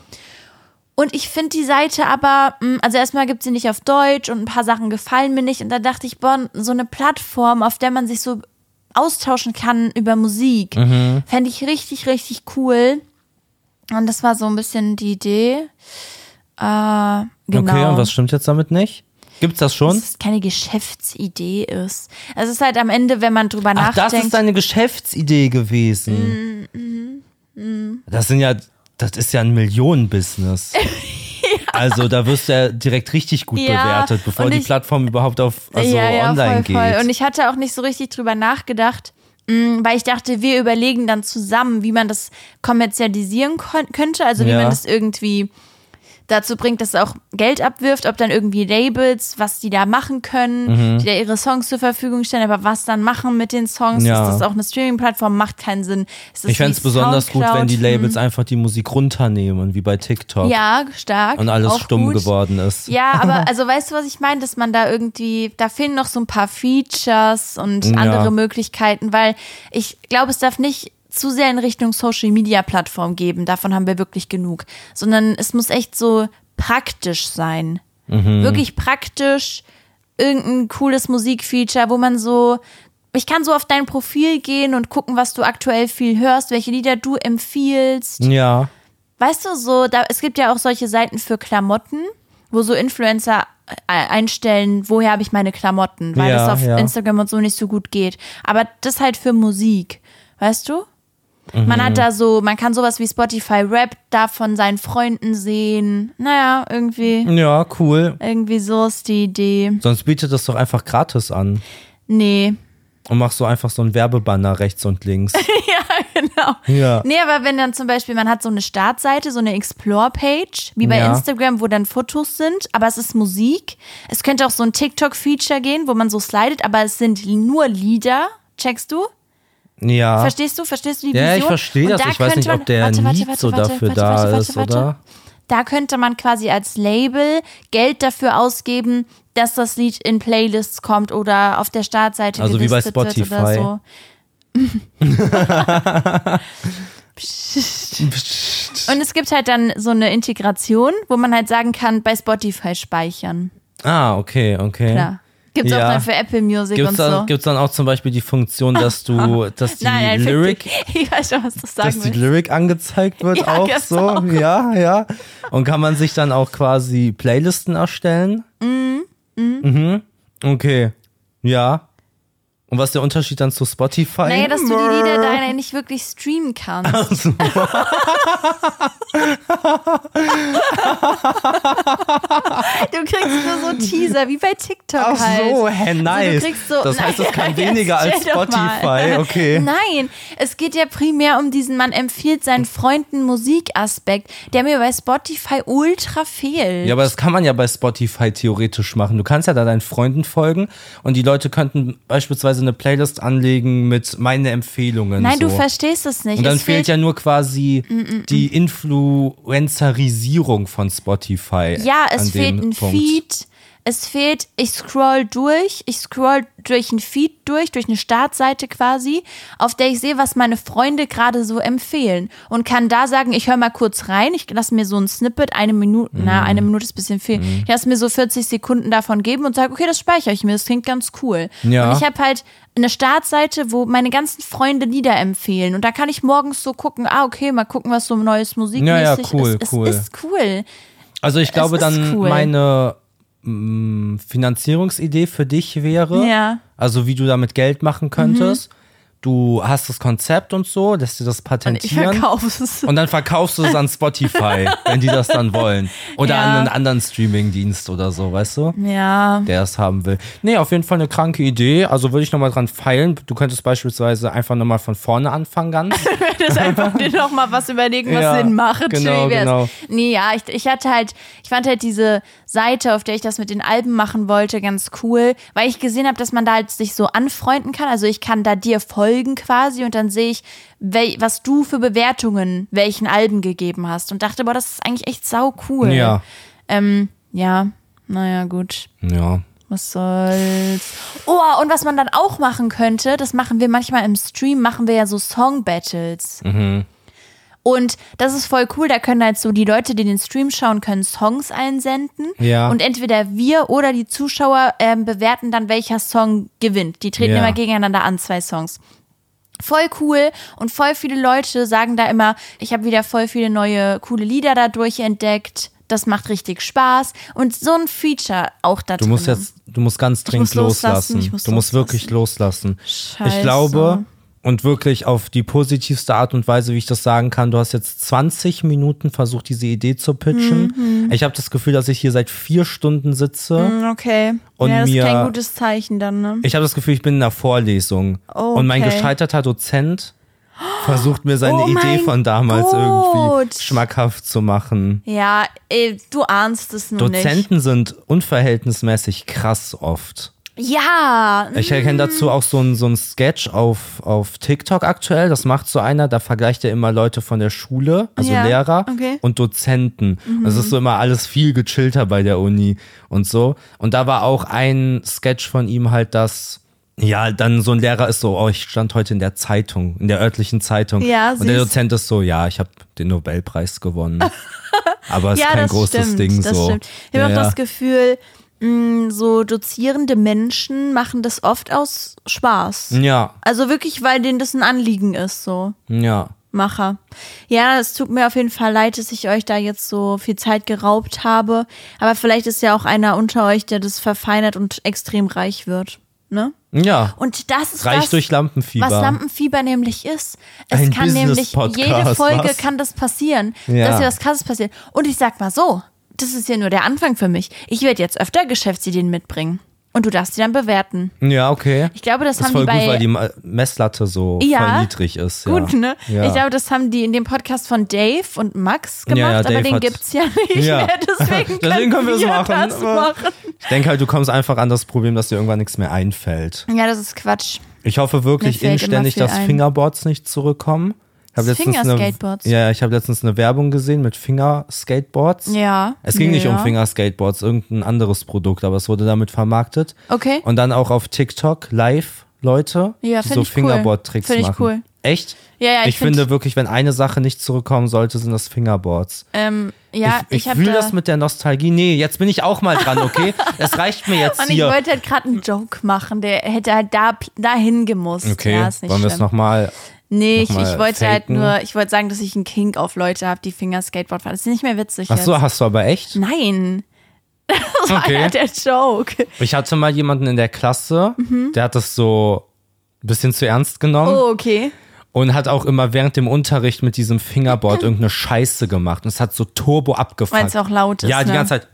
Und ich finde die Seite aber, mh, also erstmal gibt sie nicht auf Deutsch und ein paar Sachen gefallen mir nicht. Und da dachte ich, boah, so eine Plattform, auf der man sich so austauschen kann über Musik, Mhm. fände ich richtig, richtig cool. Und das war so ein bisschen die Idee. Äh, genau. Okay, und was stimmt jetzt damit nicht? Gibt's das schon? dass es keine Geschäftsidee ist. Es ist halt am Ende, wenn man drüber Ach, das ist nachdenkt. deine Geschäftsidee gewesen. Mm, Das sind ja, das ist ja ein (laughs) Millionenbusiness. Also da wirst du ja direkt richtig gut Ja, bewertet, bevor und die ich- Plattform überhaupt auf also ja, ja, online voll, voll. geht. Und ich hatte auch nicht so richtig drüber nachgedacht, mh, weil ich dachte, wir überlegen dann zusammen, wie man das kommerzialisieren kon- könnte, also wie Ja. man das irgendwie dazu bringt, dass es auch Geld abwirft, ob dann irgendwie Labels, was die da machen können, Mhm. die da ihre Songs zur Verfügung stellen, aber was dann machen mit den Songs, Ja. ist das auch eine Streaming-Plattform, macht keinen Sinn. Ist das Ich fände es wie besonders gut, wenn die Soundcloud? Labels einfach die Musik runternehmen, wie bei TikTok. ja, stark und alles auch stumm gut. geworden ist. Ja, aber also weißt du, was ich meine, dass man da irgendwie, da fehlen noch so ein paar Features und Ja. andere Möglichkeiten, weil ich glaube, es darf nicht zu sehr in Richtung Social Media Plattform geben, davon haben wir wirklich genug, sondern es muss echt so praktisch sein. Wirklich praktisch, irgendein cooles Musikfeature, wo man so ich kann so auf dein Profil gehen und gucken, was du aktuell viel hörst, welche Lieder du empfiehlst. Ja. Weißt du, so, da, es gibt ja auch solche Seiten für Klamotten. wo so Influencer äh, einstellen, woher habe ich meine Klamotten, weil Ja, das auf ja. Instagram und so nicht so gut geht. Aber das halt für Musik, weißt du? Man Mhm. hat da so, man kann sowas wie Spotify Rap da von seinen Freunden sehen. Naja, irgendwie, Ja, cool. irgendwie so ist die Idee. Sonst bietet das doch einfach gratis an Nee, und machst so einfach so einen Werbebanner rechts (laughs) und links. genau. Ja. Nee, aber wenn dann zum Beispiel, man hat so eine Startseite, so eine Explore-Page, wie bei Ja. Instagram, wo dann Fotos sind, aber es ist Musik. Es könnte auch so ein TikTok-Feature gehen, wo man so slidet, aber es sind nur Lieder. Checkst du? Ja. Verstehst du? Verstehst du die Vision? Ah. ja, ich verstehe Und das. da ich weiß nicht, könnte ob der man- Need warte, warte, so warte, dafür warte, da warte, warte, ist, warte. oder? Da könnte man quasi als Label Geld dafür ausgeben, dass das Lied in Playlists kommt oder auf der Startseite Also wie bei gelistet wird oder Spotify. (laughs) so. Und es gibt halt dann so eine Integration, wo man halt sagen kann, bei Spotify speichern. Ah, okay, okay. Ja. Gibt's auch Ja. dann für Apple Music Gibt's und dann, so. gibt's dann auch zum Beispiel die Funktion, dass du, dass die (laughs) nein, nein, Lyric fick dich. (laughs) Ich weiß schon, was du sagen dass die willst. Lyric angezeigt wird Ja, auch gibt's so. auch. Ja, ja. Und kann man sich dann auch quasi Playlisten erstellen? Mhm. Mhm. Okay. Ja. Und was ist der Unterschied dann zu Spotify? Naja, dass du die Lieder deiner nicht wirklich streamen kannst. (laughs) du kriegst nur so Teaser, wie bei TikTok Ach halt. so, hä, nice. kriegst so- (laughs) das heißt, es kann Naja, weniger jetzt als stell doch mal. Spotify. (laughs) Okay. Nein, es geht ja primär um diesen, man empfiehlt seinen Freunden Musikaspekt, der mir bei Spotify ultra fehlt. Ja, aber das kann man ja bei Spotify theoretisch machen. Du kannst ja da deinen Freunden folgen und die Leute könnten beispielsweise eine Playlist anlegen mit meine Empfehlungen. Nein, so. du verstehst Mm, es nicht. Und dann es fehlt, ja nur quasi die Influencerisierung von Spotify. Ja, es an dem fehlt ein Punkt. Feed. Es fehlt, ich scroll durch, ich scroll durch ein Feed durch, durch eine Startseite quasi, auf der ich sehe, was meine Freunde gerade so empfehlen. Und kann da sagen, ich höre mal kurz rein, ich lasse mir so ein Snippet, eine Minute, Mhm. na, eine Minute ist ein bisschen viel. Ich lasse mir so 40 Sekunden davon geben und sage, okay, das speichere ich mir, das klingt ganz cool. Ja. Und ich habe halt eine Startseite, wo meine ganzen Freunde Lieder empfehlen. Und da kann ich morgens so gucken, ah, okay, mal gucken, was so neues ja, Musikmäßig cool, ist. cool. Es ist cool. Also ich glaube ist dann cool. meine mm, Finanzierungsidee für dich wäre, Ja. Mhm. also wie du damit Geld machen könntest. Du hast das Konzept und so, lässt dir das Ich patentieren. (laughs) verkaufe es. Und dann verkaufst du es an Spotify, wenn die das dann wollen. Oder Ja. an einen anderen Streamingdienst oder so, weißt du? (laughs) Ja. Der es haben will. Nee, auf jeden Fall eine kranke Idee. Also würde ich nochmal dran feilen. Du könntest beispielsweise einfach nochmal von vorne anfangen ganz. Das einfach dir noch mal was überlegen, was Ja, Sinn macht. genau, Wie wär's? genau. Nee, ja, ich, ich hatte halt, ich fand halt diese Seite, auf der ich das mit den Alben machen wollte, ganz cool, weil ich gesehen habe, dass man da halt sich so anfreunden kann. Also ich kann da dir folgen quasi und dann sehe ich, wel, was du für Bewertungen welchen Alben gegeben hast und dachte, boah, das ist eigentlich echt sau cool. Ja. Ähm, ja, naja, gut. Ja. Was soll's? Oh, und was man dann auch machen könnte, das machen wir manchmal im Stream, machen wir ja so Song-Battles. Mhm. Und das ist voll cool, da können halt so die Leute, die den Stream schauen, können Songs einsenden. Ja. Und entweder wir oder die Zuschauer ähm, bewerten dann, welcher Song gewinnt. Die treten Ja. immer gegeneinander an, zwei Songs. Voll cool und voll viele Leute sagen da immer, ich habe wieder voll viele neue coole Lieder dadurch entdeckt. Das macht richtig Spaß und so ein Feature auch da Du musst drin. jetzt, du musst ganz muss dringend loslassen, loslassen. ich muss du musst loslassen. wirklich loslassen. Scheiße. Ich glaube, und wirklich auf die positivste Art und Weise, wie ich das sagen kann, du hast jetzt 20 Minuten versucht, diese Idee zu pitchen. Mhm. Ich habe das Gefühl, dass ich hier seit vier Stunden sitze. Mm, Okay. Und ja, das mir- ist kein gutes Zeichen dann, ne? Ich habe das Gefühl, ich bin in einer Vorlesung. Oh, Und mein okay. gescheiterter Dozent versucht mir seine Oh mein Idee von damals Gott. irgendwie schmackhaft zu machen. Ja, ey, du ahnst es nur nicht. Dozenten sind unverhältnismäßig krass oft. Ja, Ich erkenne dazu auch so ein, so ein Sketch auf, auf TikTok aktuell. Das macht so einer, da vergleicht er immer Leute von der Schule, also Ja, Lehrer okay. und Dozenten. Das ist so immer alles viel gechillter bei der Uni und so. Und da war auch ein Sketch von ihm halt, dass. Ja, dann so ein Lehrer ist so, oh, ich stand heute in der Zeitung, in der örtlichen Zeitung. Ja, und der süß. Dozent ist so, ja, ich habe den Nobelpreis (laughs) gewonnen. Aber es ist ja, kein das großes stimmt, Ding das so. Stimmt. Ich habe Ja, auch das ja. Gefühl, mh, so dozierende Menschen machen das oft aus Spaß. ja, Also wirklich, weil denen das ein Anliegen ist, so. ja. Macher. Ja, es tut mir auf jeden Fall leid, dass ich euch da jetzt so viel Zeit geraubt habe. Aber vielleicht ist ja auch einer unter euch, der das verfeinert und extrem reich wird. Ne? Ja. Und das ist Reich was, durch Lampenfieber. was Lampenfieber nämlich ist. Es Ein kann nämlich jede Business-Podcast, Folge was? kann das passieren, Ja. dass hier was krasses passiert. Und ich sag mal so, das ist ja nur der Anfang für mich. Ich werde jetzt öfter Geschäftsideen mitbringen. Und du darfst sie dann bewerten. Ja, okay. Ich glaube, das Das ist haben voll die gut, bei weil die Ma- Messlatte so Ja. voll niedrig ist. Ja. gut, ne? Ja. Ich glaube, das haben die in dem Podcast von Dave und Max gemacht, Ja, ja, aber Dave den hat- gibt's ja nicht Ja. (laughs) mehr. Deswegen, Deswegen können wir es machen. Das aber machen. Ich denke halt, du kommst einfach an das Problem, dass dir irgendwann nichts mehr einfällt. Ja, das ist Quatsch. Ich hoffe wirklich Mir fällt inständig, immer viel dass ein. Fingerboards nicht zurückkommen. Ich hab letztens eine, Fingerskateboards. ja, ich habe letztens eine Werbung gesehen mit Fingerskateboards. Ja. Es ging nicht um Ja. Fingerskateboards, irgendein anderes Produkt, aber es wurde damit vermarktet. Okay. Und dann auch auf TikTok live Leute, Ja, die find so ich cool. Fingerboard-Tricks Find ich machen. cool. Echt? Ja, ja, ich ich find- finde wirklich, wenn eine Sache nicht zurückkommen sollte, sind das Fingerboards. Ähm, ja, ich ich, hab fühl da- das mit der Nostalgie. Nee, jetzt bin ich auch mal dran, okay? Es reicht (laughs) mir jetzt Und ich hier. wollte halt gerade einen Joke machen, der hätte halt da, dahin gemusst. Okay, ja, ist nicht wollen wir es schlimm. nochmal Nee, ich, noch mal ich wollte halt faken? nur, ich wollte sagen, dass ich einen Kink auf Leute habe, die Fingerskateboard fahren. Das ist nicht mehr witzig Ach jetzt. so, hast du aber echt? Nein. (laughs) Das war Okay. Hm. ja der Joke. Ich hatte mal jemanden in der Klasse, der hat das so ein bisschen zu ernst genommen Mhm. Oh, okay. und hat auch immer während dem Unterricht mit diesem Fingerboard irgendeine Scheiße gemacht. Und es hat so Turbo abgefuckt. Weil es auch laut ist, Ja, die ne? ganze Zeit.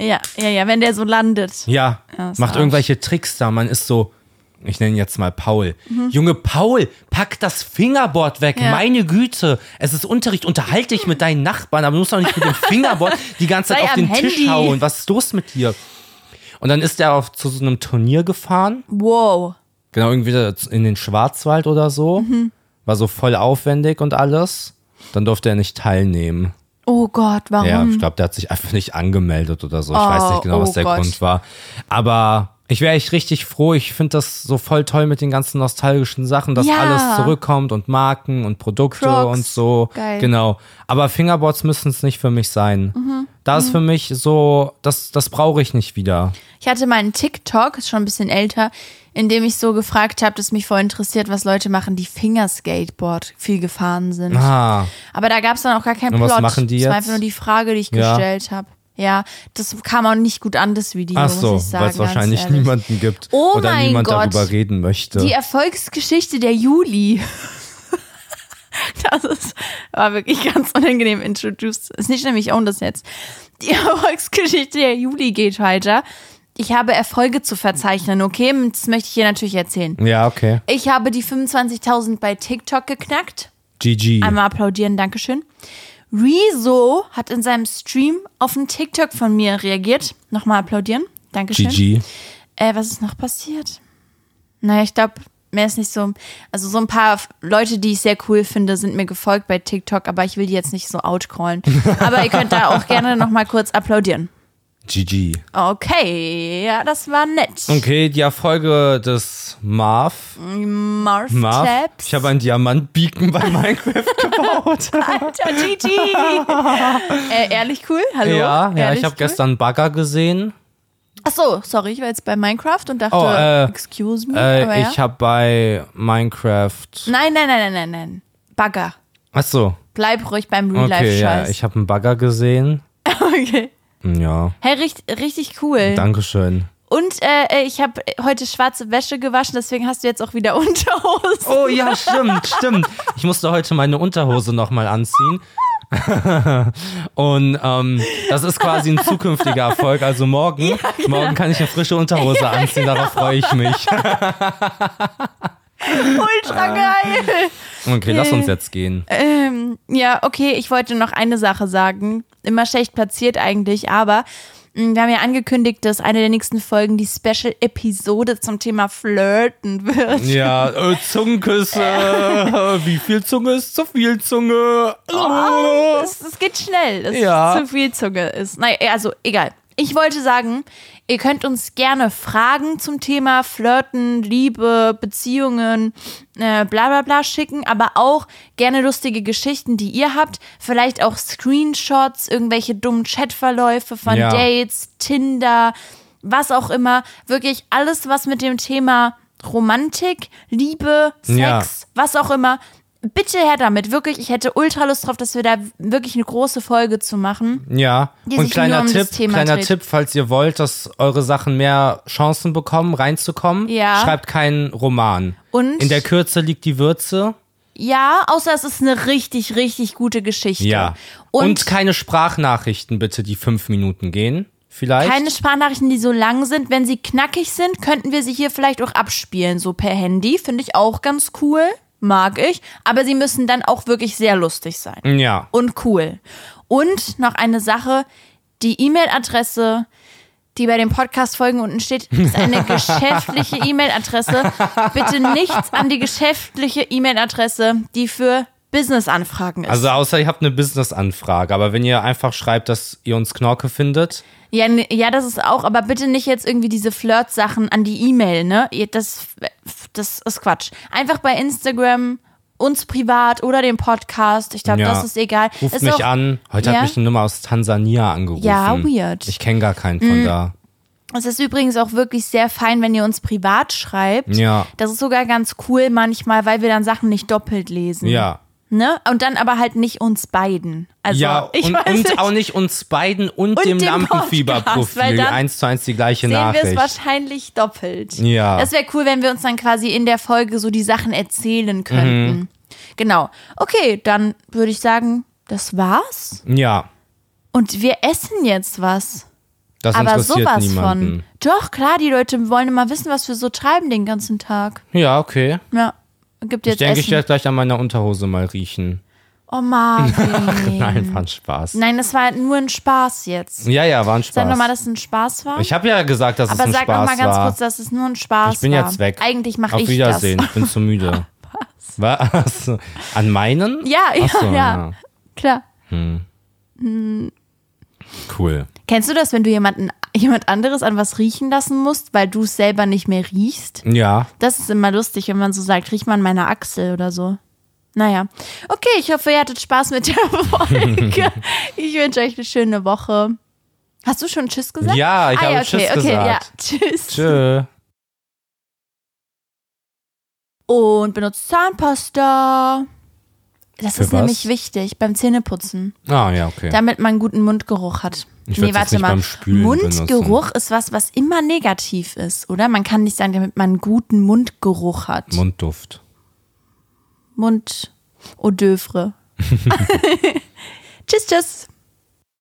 Ja, ja, ja, wenn der so landet. Ja, Ja, ist macht Arsch. irgendwelche Tricks da. Man ist so, ich nenne ihn jetzt mal Paul. Junge Paul, pack das Fingerboard weg. Mhm. Ja. Meine Güte, es ist Unterricht. Unterhalte dich mit deinen Nachbarn, aber du musst doch nicht mit dem Fingerboard die ganze Zeit Sei auf am den Tisch Handy. hauen. Was ist los mit dir? Und dann ist er auf, zu so einem Turnier gefahren. Wow. Genau, irgendwie da in den Schwarzwald oder so. Mhm. War so voll aufwendig und alles. Dann durfte er nicht teilnehmen. Oh Gott, warum? Ja, ich glaube, der hat sich einfach nicht angemeldet oder so. Ich Oh, weiß nicht genau, was oh der Gott. Grund war. Aber ich wäre echt richtig froh. Ich finde das so voll toll mit den ganzen nostalgischen Sachen, dass Ja. alles zurückkommt und Marken und Produkte Crocs. und so. Geil. Genau. Aber Fingerboards müssen es nicht für mich sein. Mhm. Da ist für mich so, das, das brauche ich nicht wieder. Ich hatte mal einen TikTok, ist schon ein bisschen älter, in dem ich so gefragt habe, dass mich voll interessiert, was Leute machen, die Fingerskateboard viel gefahren sind. Ah, Aber da gab es dann auch gar keinen Und was Plot. machen die Das war jetzt? einfach nur die Frage, die ich Ja. gestellt habe. Ja, das kam auch nicht gut an, das Video, ach so, muss ich sagen. weil es ganz wahrscheinlich ehrlich. niemanden gibt Oh oder mein niemand Gott. darüber reden möchte. Die Erfolgsgeschichte der Juli. Das ist, war wirklich ganz unangenehm introduced. Ist nicht nämlich own das jetzt. Die (laughs) Erfolgsgeschichte der Juli geht weiter. Ich habe Erfolge zu verzeichnen, okay? Das möchte ich hier natürlich erzählen. ja, okay. Ich habe die 25.000 bei TikTok geknackt. GG. Einmal applaudieren, Dankeschön. Rezo hat in seinem Stream auf einen TikTok von mir reagiert. Nochmal applaudieren. Dankeschön. GG. Äh, was ist noch passiert? Naja, ich glaube, mir ist nicht so. Also, so ein paar F- Leute, die ich sehr cool finde, sind mir gefolgt bei TikTok, aber ich will die jetzt nicht so (laughs) outcrawlen. Aber ihr könnt da auch gerne nochmal kurz applaudieren. GG. Okay, ja, das war nett. Okay, die Erfolge des Marv Marv, Marv, Taps. ich habe einen Diamantbeacon (laughs) bei Minecraft gebaut. Alter, GG! (laughs) äh, ehrlich cool? Hallo? ja, ja, Ehrlich ich habe cool? gestern einen Bagger gesehen. Ach so, sorry, ich war jetzt bei Minecraft und dachte, Oh, äh, excuse me. aber Äh, ja. ich habe bei Minecraft. nein, nein, nein, nein, nein, nein. Bagger. Ach so. Bleib ruhig beim Okay, ja, Real-Life-Scheiß. ich habe einen Bagger gesehen. (laughs) okay. Ja, Hey, richtig, richtig cool. Dankeschön. Und äh, ich habe heute schwarze Wäsche gewaschen, deswegen hast du jetzt auch wieder (laughs) Unterhose. Oh ja, stimmt, stimmt. Ich musste heute meine Unterhose nochmal anziehen. (laughs) Und ähm, das ist quasi ein zukünftiger Erfolg. Also morgen, genau. morgen kann ich eine frische Unterhose anziehen, darauf freue ich mich. (laughs) Ultra geil. Okay, lass uns jetzt gehen. Ähm, ja, okay, ich wollte noch eine Sache sagen. Immer schlecht platziert eigentlich, aber mh, wir haben ja angekündigt, dass eine der nächsten Folgen die Special-Episode zum Thema Flirten wird. Ja, äh, Zungenküsse. (laughs) Wie viel Zunge ist zu viel Zunge? Äh. Es, es geht schnell, dass Also, Ja. es zu viel Zunge ist. Naja, also egal. Ich wollte sagen, ihr könnt uns gerne Fragen zum Thema Flirten, Liebe, Beziehungen, äh, bla bla bla schicken, aber auch gerne lustige Geschichten, die ihr habt. Vielleicht auch Screenshots, irgendwelche dummen Chatverläufe von Ja. Dates, Tinder, was auch immer. Wirklich alles, was mit dem Thema Romantik, Liebe, Sex, Ja. was auch immer bitte her damit. Wirklich, ich hätte ultra Lust drauf, dass wir da wirklich eine große Folge zu machen. Ja, die und sich kleiner nur um das Tipp, Thema kleiner dreht. Tipp, falls ihr wollt, dass eure Sachen mehr Chancen bekommen, reinzukommen, Ja. schreibt keinen Roman. Und In der Kürze liegt die Würze. ja, außer es ist eine richtig, richtig gute Geschichte. Ja. Und, Und, keine Sprachnachrichten bitte, die fünf Minuten gehen. Vielleicht. keine Sprachnachrichten, die so lang sind. Wenn sie knackig sind, könnten wir sie hier vielleicht auch abspielen, so per Handy. Finde ich auch ganz cool. Mag ich. Aber sie müssen dann auch wirklich sehr lustig sein. ja. und cool. Und noch eine Sache, die E-Mail-Adresse, die bei den Podcast-Folgen unten steht, ist (laughs) eine geschäftliche E-Mail-Adresse. Bitte nichts an die geschäftliche E-Mail-Adresse, die für Business-Anfragen ist. Also außer ihr habt eine Business-Anfrage, aber wenn ihr einfach schreibt, dass ihr uns Knorke findet, ja, n- ja, das ist auch, aber bitte nicht jetzt irgendwie diese Flirt-Sachen an die E-Mail, ne? Ihr- Das, das ist Quatsch. Einfach bei Instagram, uns privat oder dem Podcast. Ich glaube, Ja. das ist egal. ruft ist mich auch, an. Heute Ja. hat mich eine Nummer aus Tansania angerufen. Ja, weird. Mhm. Ich kenne gar keinen von da. Es ist übrigens auch wirklich sehr fein, wenn ihr uns privat schreibt. Ja. Das ist sogar ganz cool manchmal, weil wir dann Sachen nicht doppelt lesen. Ja. Ne? Und dann aber halt nicht uns beiden. Also, ja, (laughs) ich und, weiß und nicht, auch nicht uns beiden und, Und dem dem Podcast, weil Lampenfieberprofil. dann Eins zu eins die gleiche sehen wir es Nachricht. wahrscheinlich doppelt. Ja. Das wäre cool, wenn wir uns dann quasi in der Folge so die Sachen erzählen könnten. Mhm. Genau. Okay, dann würde ich sagen, das war's. Ja, Und wir essen jetzt was. das Aber interessiert sowas niemanden. von. Doch, klar, die Leute wollen immer wissen, was wir so treiben den ganzen Tag. Ja, okay. Ja. Gibt Ich jetzt denke, Essen. ich werde gleich an meiner Unterhose mal riechen. Oh (laughs) Marvin. Nein, fand Spaß. Nein, das war halt nur ein Spaß jetzt. Ja, ja, war genau. ein Sag nochmal, Spaß. dass es ein Spaß war. Ich habe ja gesagt, dass es Aber ein sag Spaß nochmal ganz war. kurz, dass es nur ein Spaß war. ich bin jetzt weg. Eigentlich mache Auf ich Wiedersehen, ich bin zu müde. Was? An meinen? das. (laughs) Ja, ja, Ach so, ja, ja. Klar. Cool. Kennst du das, wenn du jemanden, jemand anderes an was riechen lassen musst, weil du es selber nicht mehr riechst? Ja, Das ist immer lustig, wenn man so sagt, riech mal an meiner Achsel oder so. Naja. Okay, ich hoffe, ihr hattet Spaß mit der (laughs) Folge. ich wünsche euch eine schöne Woche. Hast du schon Tschüss gesagt? Ja, ich ah, habe ja, okay, Tschüss okay, gesagt. Ja. Tschüss. Tschö. und benutzt Zahnpasta. Das Für ist was? nämlich wichtig beim Zähneputzen, Ah, ja, okay. damit man einen guten Mundgeruch hat. Ich würd's jetzt nicht beim Spülen Mundgeruch ist was, was immer negativ ist, oder? Man kann nicht sagen, damit man einen guten Mundgeruch hat. Mundduft. Mund, Mund (laughs) Tschüss, tschüss.